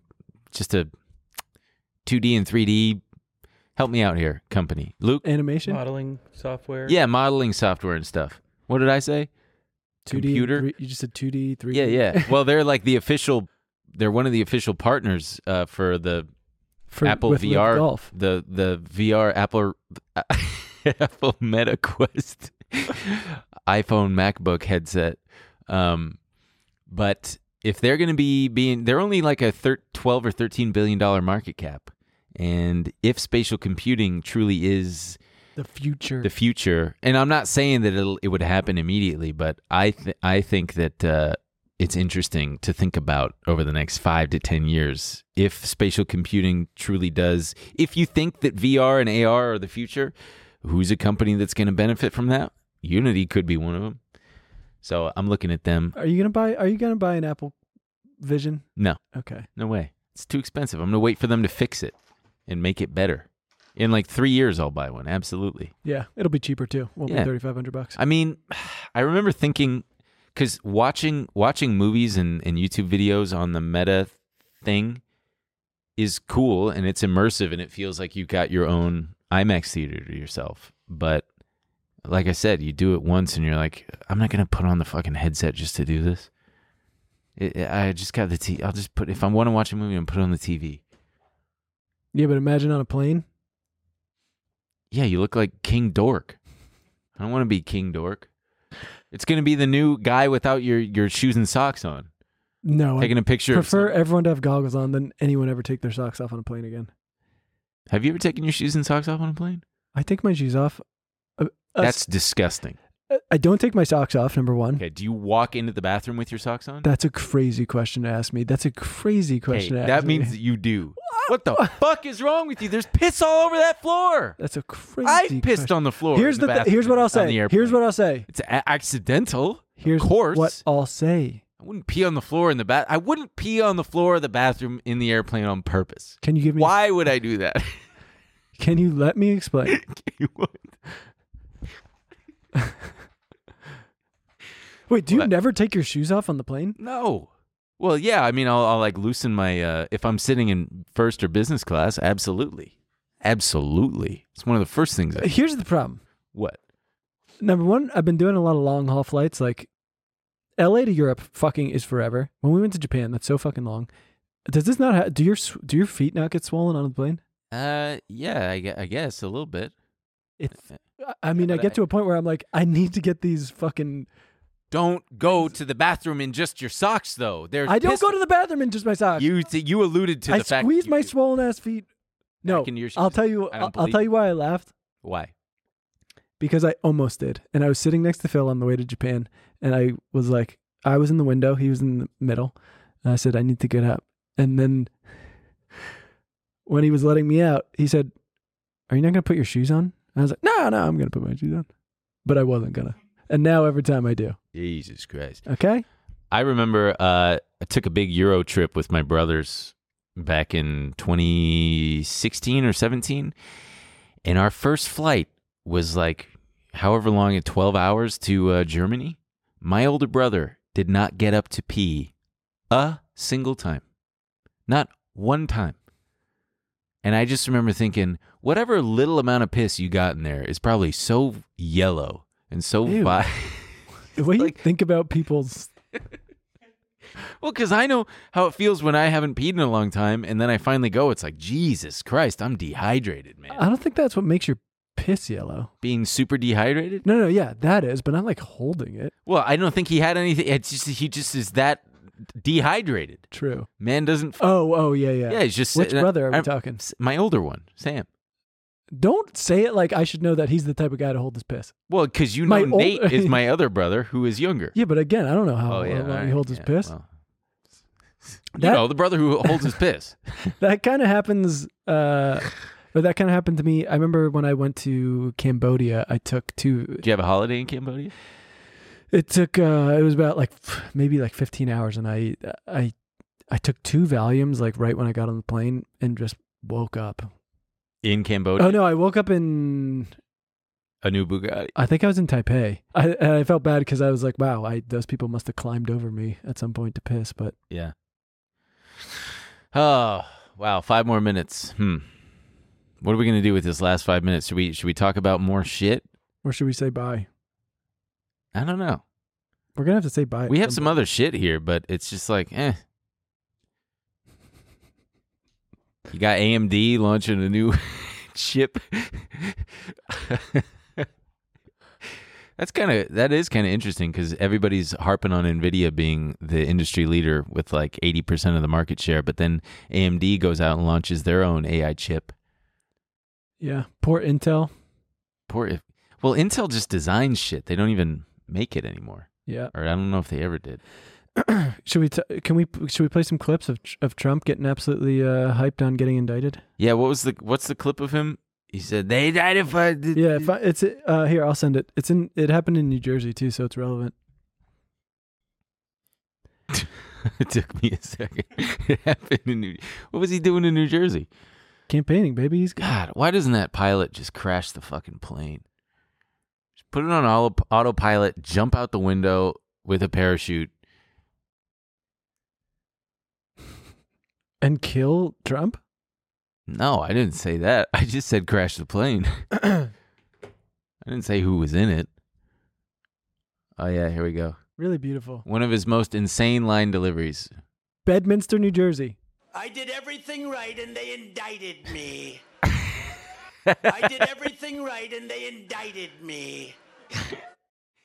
C: just a two D and three D. Help me out here, company. Luke,
B: Animation,
G: Modeling software.
C: yeah, modeling software and stuff. What did I say?
B: 2D,
C: computer.
B: three- you just said 2D, 3D.
C: Yeah, yeah. Well, they're like the official. They're one of the official partners uh, for the
B: For,
C: Apple
B: with Live
C: VR.
B: Golf.
C: The the VR Apple Apple Meta Quest iPhone MacBook headset. Um, but if they're going to be being, they're only like a thir- twelve or thirteen billion dollar market cap. And if spatial computing truly is
B: The future.
C: the future. And I'm not saying that it'll, it would happen immediately, but I th- I think that uh, it's interesting to think about over the next five to ten years if spatial computing truly does. If you think that VR and AR are the future, who's a company that's going to benefit from that? Unity could be one of them. So I'm looking at them.
B: are you gonna buy? Are you gonna buy an Apple Vision?
C: No,
B: Okay.
C: no way. It's too expensive. I'm going to wait for them to fix it and make it better. In like three years, I'll buy one. Absolutely.
B: Yeah, it'll be cheaper too. Won't
C: Yeah.
B: be 3,500 bucks.
C: I mean, I remember thinking because watching watching movies and, and YouTube videos on the meta thing is cool and it's immersive and it feels like you got your own IMAX theater to yourself. But like I said, you do it once and you're like, I'm not gonna put on the fucking headset just to do this. It, it- I just got the T. I'll just put if I want to watch a movie, I'm put it on the TV.
B: Yeah, but imagine on a plane.
C: Yeah, you look like King Dork. I don't want to be King Dork. It's gonna be the new guy without your your shoes and socks on,
B: No, I
C: taking a picture. of
B: prefer
C: some-
B: everyone to have goggles on than anyone ever take their socks off on a plane again.
C: Have you ever taken your shoes and socks off on a plane?
B: I take my shoes off. Uh, uh,
C: That's disgusting.
B: I don't take my socks off. Number one.
C: Okay, do you walk into the bathroom with your socks on?
B: That's a crazy question to ask me. That's a crazy
C: Hey,
B: question. to ask
C: that
B: me.
C: means that you do. What the fuck is wrong with you? There's piss all over that floor.
B: that's a crazy.
C: I pissed
B: question.
C: on the floor.
B: Here's
C: in the
B: the th- here's what
C: bathroom
B: I'll
C: on the
B: say.
C: airplane.
B: Here's what I'll say.
C: It's a- accidental.
B: Here's
C: of course.
B: what I'll say.
C: I wouldn't pee on the floor in the bath. I wouldn't pee on the floor of the bathroom in the airplane on purpose.
B: Can you give me?
C: Why would I do that?
B: Can you let me explain?
C: You would.
B: Wait, do you
C: What?
B: never take your shoes off on the plane?
C: No. Well, yeah. I mean, I'll, I'll like loosen my uh, if I'm sitting in first or business class. Absolutely, absolutely. It's one of the first things. I,
B: Here's the problem.
C: what?
B: Number one, I've been doing a lot of long haul flights. Like L.A. to Europe, fucking is forever. When we went to Japan, that's so fucking long. Does this not ha- do your s- do your feet not get swollen on the plane?
C: Uh, yeah. I, gue- I guess a little bit.
B: It's. I- I mean, I
C: but
B: get
C: I-
B: to a point where I'm like, I need to get these fucking.
C: Don't go to the bathroom in just your socks, though. There's
B: I don't
C: piss-
B: go to the bathroom in just my socks.
C: You you alluded to
B: I
C: the fact.
B: squeeze
C: that
B: my
C: you-
B: swollen ass feet. No,
C: into your
B: I'll
C: shoes.
B: tell you.
C: I don't
B: I'll, I'll
C: believe
B: tell
C: you.
B: you why I laughed
C: Why?
B: because I almost did, and I was sitting next to Phil on the way to Japan, and I was like, I was in the window, he was in the middle, and I said, I need to get up, and then when he was letting me out, he said, Are you not gonna put your shoes on? And I was like, No, no, I'm gonna put my shoes on, but I wasn't gonna, and now every time I do,
C: Jesus Christ.
B: okay.
C: I remember uh, I took a big Euro trip with my brothers back in 2016 or 17. And our first flight was like however long, at 12 hours to uh, Germany. My older brother did not get up to pee a single time, not one time. And I just remember thinking, whatever little amount of piss you got in there is probably so yellow and so
B: Ew.
C: vi-
B: The way
C: Like-
B: you think about people's
C: Well, because I know how it feels when I haven't peed in a long time, and then I finally go. It's like Jesus Christ, I'm dehydrated, man.
B: I don't think that's what makes your piss yellow.
C: Being super dehydrated.
B: No, no, yeah, that is, but not like holding it.
C: Well, I don't think he had anything. It's just he just is that dehydrated.
B: True.
C: Man doesn't. F-
B: Oh, oh, yeah, yeah.
C: yeah, he's just
B: Which
C: sitting-
B: brother are we
C: I'm-
B: talking?
C: My older one, Sam.
B: Don't say it like I should know that he's the type of guy to hold his piss.
C: Well, because you
B: My
C: know
B: old-
C: Nate is my other brother who is younger.
B: Yeah, but again, I don't know how
C: oh yeah,
B: long
C: all
B: he
C: right,
B: holds his
C: yeah,
B: piss.
C: well.
B: That-
C: you know the brother who holds his piss.
B: that kind of happens uh or that kind of happened to me i remember when i went to cambodia i took two
C: Do you have a holiday in Cambodia?
B: it took uh it was about like maybe like 15 hours and i i i took two valiums like right when i got on the plane and just woke up
C: In Cambodia,
B: oh no i woke up in
C: a new Bugatti.
B: i think i was in taipei i and i felt bad because i was like wow i those people must have climbed over me at some point to piss but
C: Yeah. Oh wow, five more minutes. Hmm. What are we gonna do with this last five minutes? Should we should we talk about more shit?
B: or should we say bye
C: I don't know.
B: we're gonna have to say bye Um, at
C: We have
B: some
C: some other shit here, but it's just like, eh. You got AMD launching a new chip. That's kind of that is kind of interesting because everybody's harping on Nvidia being the industry leader with like eighty percent of the market share, but then AMD goes out and launches their own AI chip.
B: yeah poor intel
C: Poor if well, Intel just designs shit; they don't even make it anymore,
B: yeah
C: or I don't know if they ever did.
B: Should we? T- can we? Should we play some clips of of Trump getting absolutely uh, hyped on getting indicted?
C: Yeah, what was the what's the clip of him? He said they identified. The,
B: Yeah, if I, it's uh, here. I'll send it. It's in. It happened in New Jersey too, so it's relevant.
C: it took me a second. it happened in New. What was he doing in New Jersey?
B: Campaigning, baby. He's
C: God, why doesn't that pilot just crash the fucking plane? Just put it on auto, autopilot, jump out the window with a parachute.
B: and kill Trump.
C: No, I didn't say that. I just said crash the plane. I didn't say who was in it. Oh yeah, here we go.
B: Really beautiful.
C: One of his most insane line deliveries.
B: Bedminster, New Jersey.
G: I did everything right and they indicted me. I did everything right and they indicted me.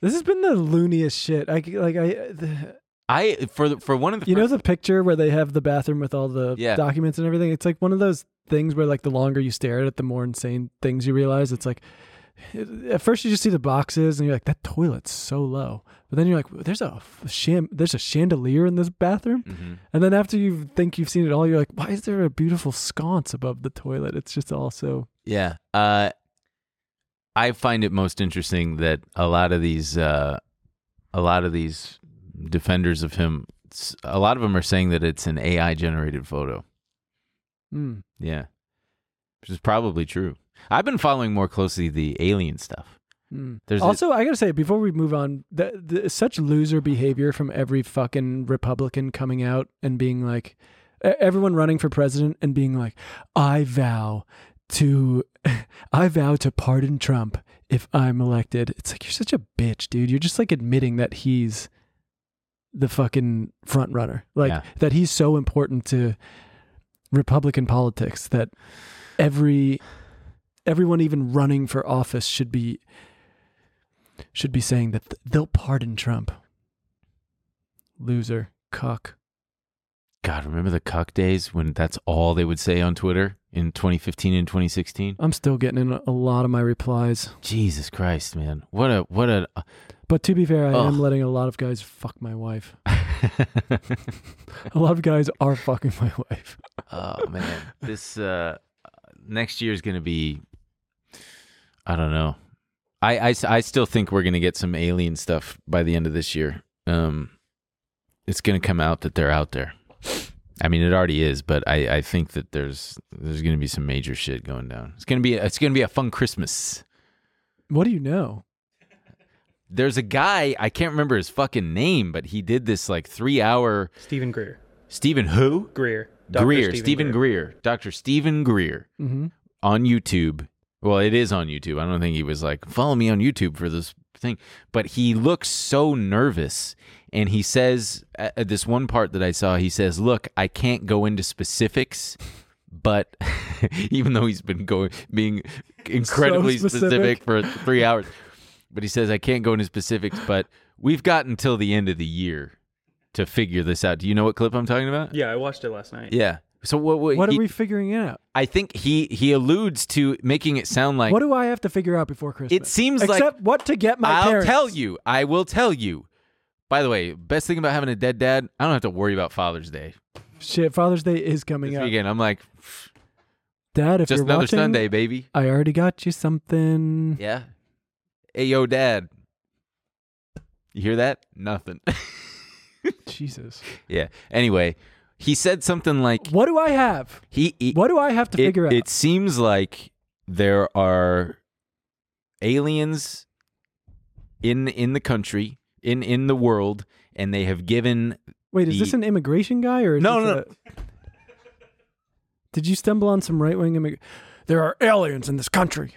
B: This has been the looniest shit. I c- like I. The,
C: I for the, for one of the
B: you know
C: first-
B: the picture where they have the bathroom with all the
C: Yeah.
B: documents and everything. It's like one of those things where like the longer you stare at it, the more insane things you realize. It's like. At first, you just see the boxes, and you're like, "That toilet's so low." But then you're like, "There's a f- sham, there's a chandelier in this bathroom."
C: Mhm.
B: And then after you think you've seen it all, you're like, "Why is there a beautiful sconce above the toilet?" It's just all so
C: Yeah. Uh, I find it most interesting that a lot of these, uh, a lot of these defenders of him, s- a lot of them are saying that it's an AI generated photo.
B: mm,
C: Yeah, which is probably true. I've been following more closely the alien stuff.
B: mm.
C: There's a-
B: also, I I gotta say, before we move on, that the, such loser behavior from every fucking Republican coming out and being like, e- everyone running for president and being like, "I vow to, I vow to pardon Trump if I'm elected." It's like you're such a bitch, dude. You're just like admitting that he's the fucking front runner, like
C: Yeah.
B: that he's so important to Republican politics that every everyone even running for office should be should be saying that th- they'll pardon Trump. Loser, cuck.
C: God, remember the cuck days when that's all they would say on Twitter in 2015 and 2016?
B: I'm still getting in a lot of my replies,
C: Jesus Christ, man! What a what a
B: but to be fair, I
C: Ugh.
B: am letting a lot of guys fuck my wife. A lot of guys are fucking my wife.
C: Oh man, this uh, next year is going to be. I don't know. I, I s- I still think we're going to get some alien stuff by the end of this year. Um, it's going to come out that they're out there. I mean, it already is, but I, I think that there's there's going to be some major shit going down. It's gonna be it's gonna be a fun Christmas.
B: What do you know?
C: There's a guy I can't remember his fucking name, but he did this like three hour
H: Stephen Greer.
C: Stephen who
H: Greer. Dr.
C: Greer Stephen Greer. Dr. Stephen Greer
B: Mm-hmm.
C: on YouTube. Well, it is on YouTube. I don't think he was like, follow me on YouTube for this thing. But he looks so nervous. And he says, uh, uh, this one part that I saw, he says, look, I can't go into specifics. But even though he's been going, being incredibly
B: specific.
C: specific for three hours, but he says, I can't go into specifics, but we've got until the end of the year to figure this out. Do you know what clip I'm talking about?
H: Yeah, I watched it last night.
C: Yeah. So what? What,
B: What
C: he-
B: are we figuring out?
C: I think he he alludes to making it sound like
B: what do I have to figure out before Christmas?
C: seems like-
B: Except what to get my
C: I'll
B: parents.
C: tell you. I will tell you. By the way, best thing about having a dead dad, I don't have to worry about Father's Day
B: Shit, Father's Day is coming
C: this
B: up.
C: weekend. I'm like,
B: Dad, if
C: just
B: you're
C: another
B: watching,
C: Sunday, baby.
B: I already got you something.
C: Yeah. Hey, yo, dad. You hear that? Nothing.
B: Jesus.
C: yeah. Anyway, he said something like
B: What do I have?
C: he. he
B: What do I have to
C: it,
B: figure out?
C: It seems like there are aliens in in the country, in in the world, and they have given
B: Wait, is this
C: the-
B: an immigration guy or is
C: No,
B: this
C: no,
B: a- Did you stumble on some right wing immig- There are aliens in this country.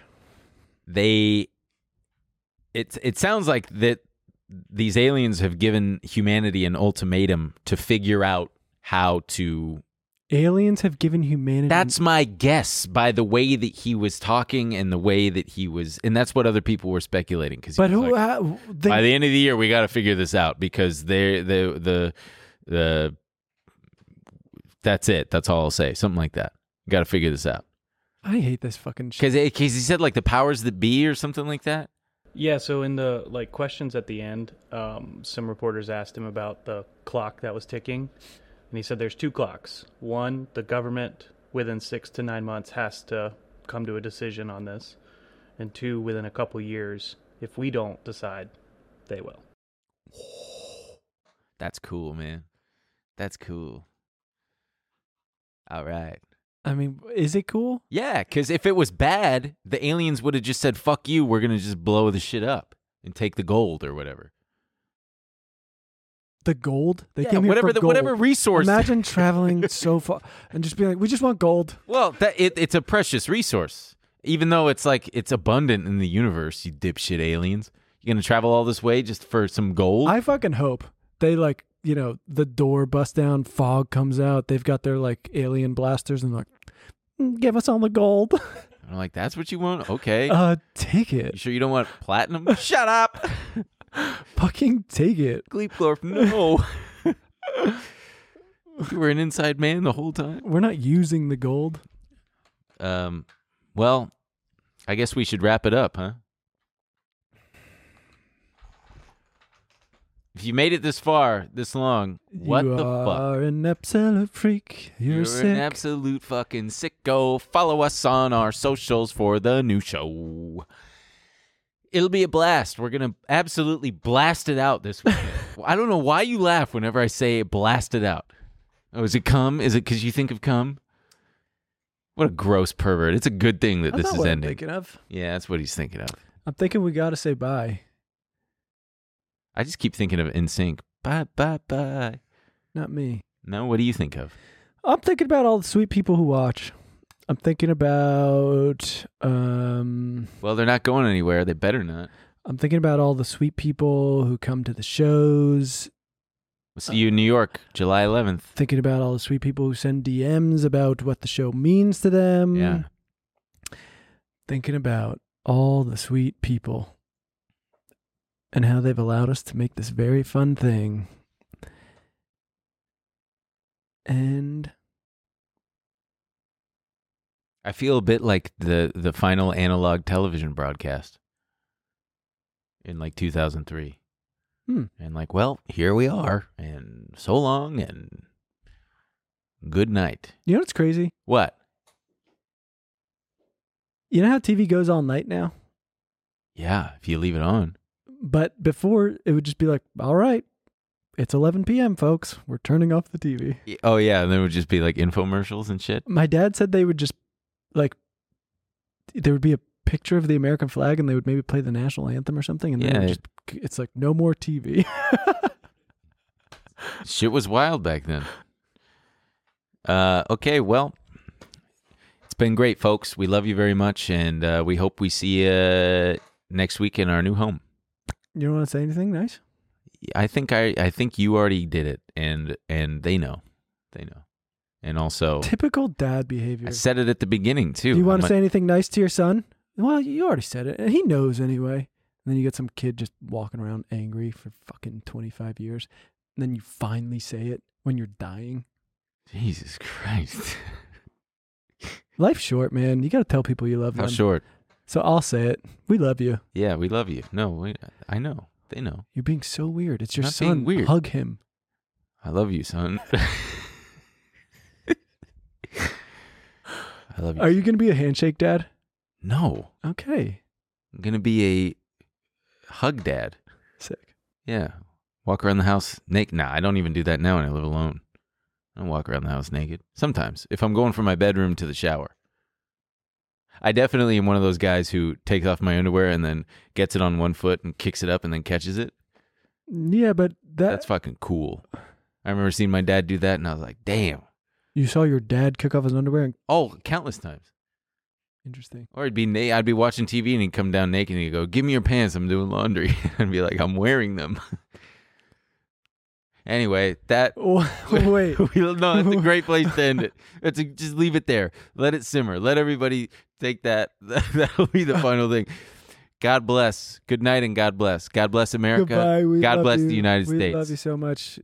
C: they. It it sounds like that these aliens have given humanity an ultimatum to figure out how to
B: Aliens have given humanity.
C: That's my guess by the way that he was talking and the way that he was, and that's what other people were speculating. Because
B: but who?
C: Like,
B: ha- they-
C: by the end of the year, we got to figure this out because they the the the that's it. That's all I'll say. Something like that. Got to figure this out
B: I hate this fucking shit.
C: because he said like the powers that be or something like that.
H: Yeah, so in the like questions at the end, um, some reporters asked him about the clock that was ticking, and he said there's two clocks. One, the government within six to nine months has to come to a decision on this, and two, within a couple years, if we don't decide, they will.
C: That's cool, man. That's cool. All right.
B: I mean, is it cool?
C: Yeah, because if it was bad, the aliens would have just said, fuck you, we're going to just blow the shit up and take the gold or whatever.
B: The gold they
C: Yeah,
B: came here
C: whatever
B: for
C: the-
B: gold.
C: whatever resource-
B: Imagine traveling so far and just being like, we just want gold.
C: Well, that it, it's a precious resource. Even though it's like it's abundant in the universe, you dipshit aliens. You're going to travel all this way just for some gold?
B: I fucking hope they like you know the door busts down, fog comes out. They've got their like alien blasters and like, "Mm, give us all the gold.
C: I'm like, that's what you want? Okay.
B: uh, take
C: you
B: it,
C: sure you don't want platinum? Shut up.
B: fucking take it.
C: Gleepglorf, no. you were an inside man the whole time.
B: We're not using the gold.
C: Um, well, I guess we should wrap it up, huh? If you made it this far, this long, what
B: you
C: the fuck?
B: are an absolute freak. You're, sick.
C: an absolute fucking sicko. Follow us on our socials for the new show. It'll be a blast. We're gonna absolutely blast it out this weekend. I don't know why you laugh whenever I say blast it out. Oh, is it cum? Is it because you think of cum? What a gross pervert! It's a good thing that
B: That's
C: this
B: not
C: is
B: what
C: ending.
B: I'm thinking of.
C: Yeah, that's what he's thinking of.
B: I'm thinking we gotta say bye.
C: I just keep thinking of NSYNC. Bye, bye, bye.
B: Not me.
C: No, what do you think of?
B: I'm thinking about all the sweet people who watch. I'm thinking about um
C: Well, they're not going anywhere. They better not.
B: I'm thinking about all the sweet people who come to the shows.
C: We'll see you in New York, July 11th.
B: Thinking about all the sweet people who send DMs about what the show means to them.
C: Yeah.
B: Thinking about all the sweet people and how they've allowed us to make this very fun thing. And
C: I feel a bit like the the final analog television broadcast in like 2003.
B: Hmm.
C: And like, well, here we are, and so long, and good night.
B: you know what's crazy?
C: What?
B: You know how TV goes all night now?
C: Yeah, if you leave it on.
B: But before it would just be like, all right, it's 11 p.m., folks. We're turning off the TV.
C: Y- Oh yeah, and there would just be like infomercials and shit.
B: My dad said they would just like, there would be a picture of the American flag and they would maybe play the national anthem or something. And then it
C: Yeah.
B: would just, it's like, no more TV.
C: Shit was wild back then. Uh, okay, well, it's been great, folks. We love you very much, and uh, we hope we see you next week in our new home.
B: you don't want to say anything nice?
C: I think I I think you already did it, and and they know, they know, and also
B: Typical dad behavior.
C: I said it at the beginning too.
B: Do you want
C: I'm
B: to
C: like-
B: say anything nice to your son? Well, you already said it. and He knows anyway. And then you get some kid just walking around angry for fucking 25 years. and then you finally say it when you're dying.
C: Jesus Christ.
B: Life's short, man. You got to tell people you love
C: How
B: them.
C: short?
B: So I'll say it. We love you.
C: Yeah, we love you. No, we, I know. They know.
B: You're being so weird. It's your
C: Not being
B: son.
C: weird.
B: Hug him.
C: I love you, son. I love you.
B: Are you going to be a handshake dad?
C: No.
B: Okay.
C: I'm going to be a hug dad.
B: Sick.
C: Yeah. Walk around the house naked. Nah, I don't even do that now when I live alone. I don't walk around the house naked. Sometimes, if I'm going from my bedroom to the shower. I definitely am one of those guys who takes off my underwear and then gets it on one foot and kicks it up and then catches it.
B: Yeah, but that
C: That's fucking cool. I remember seeing my dad do that and I was like, damn.
B: you saw your dad kick off his underwear. and-
C: Oh, countless times.
B: Interesting.
C: Or he'd be na- I'd be watching TV and he'd come down naked and he'd go, "Give me your pants. I'm doing laundry." I'd be like, "I'm wearing them." anyway, that
B: Oh, wait.
C: we, no, that's a great place to end it. That's a, just leave it there. Let it simmer. Let everybody take that. That'll be the final thing. God bless. Good night and God bless. God bless America.
B: Goodbye. We
C: God
B: love
C: bless
B: you.
C: the United
B: we
C: States.
B: love you so much.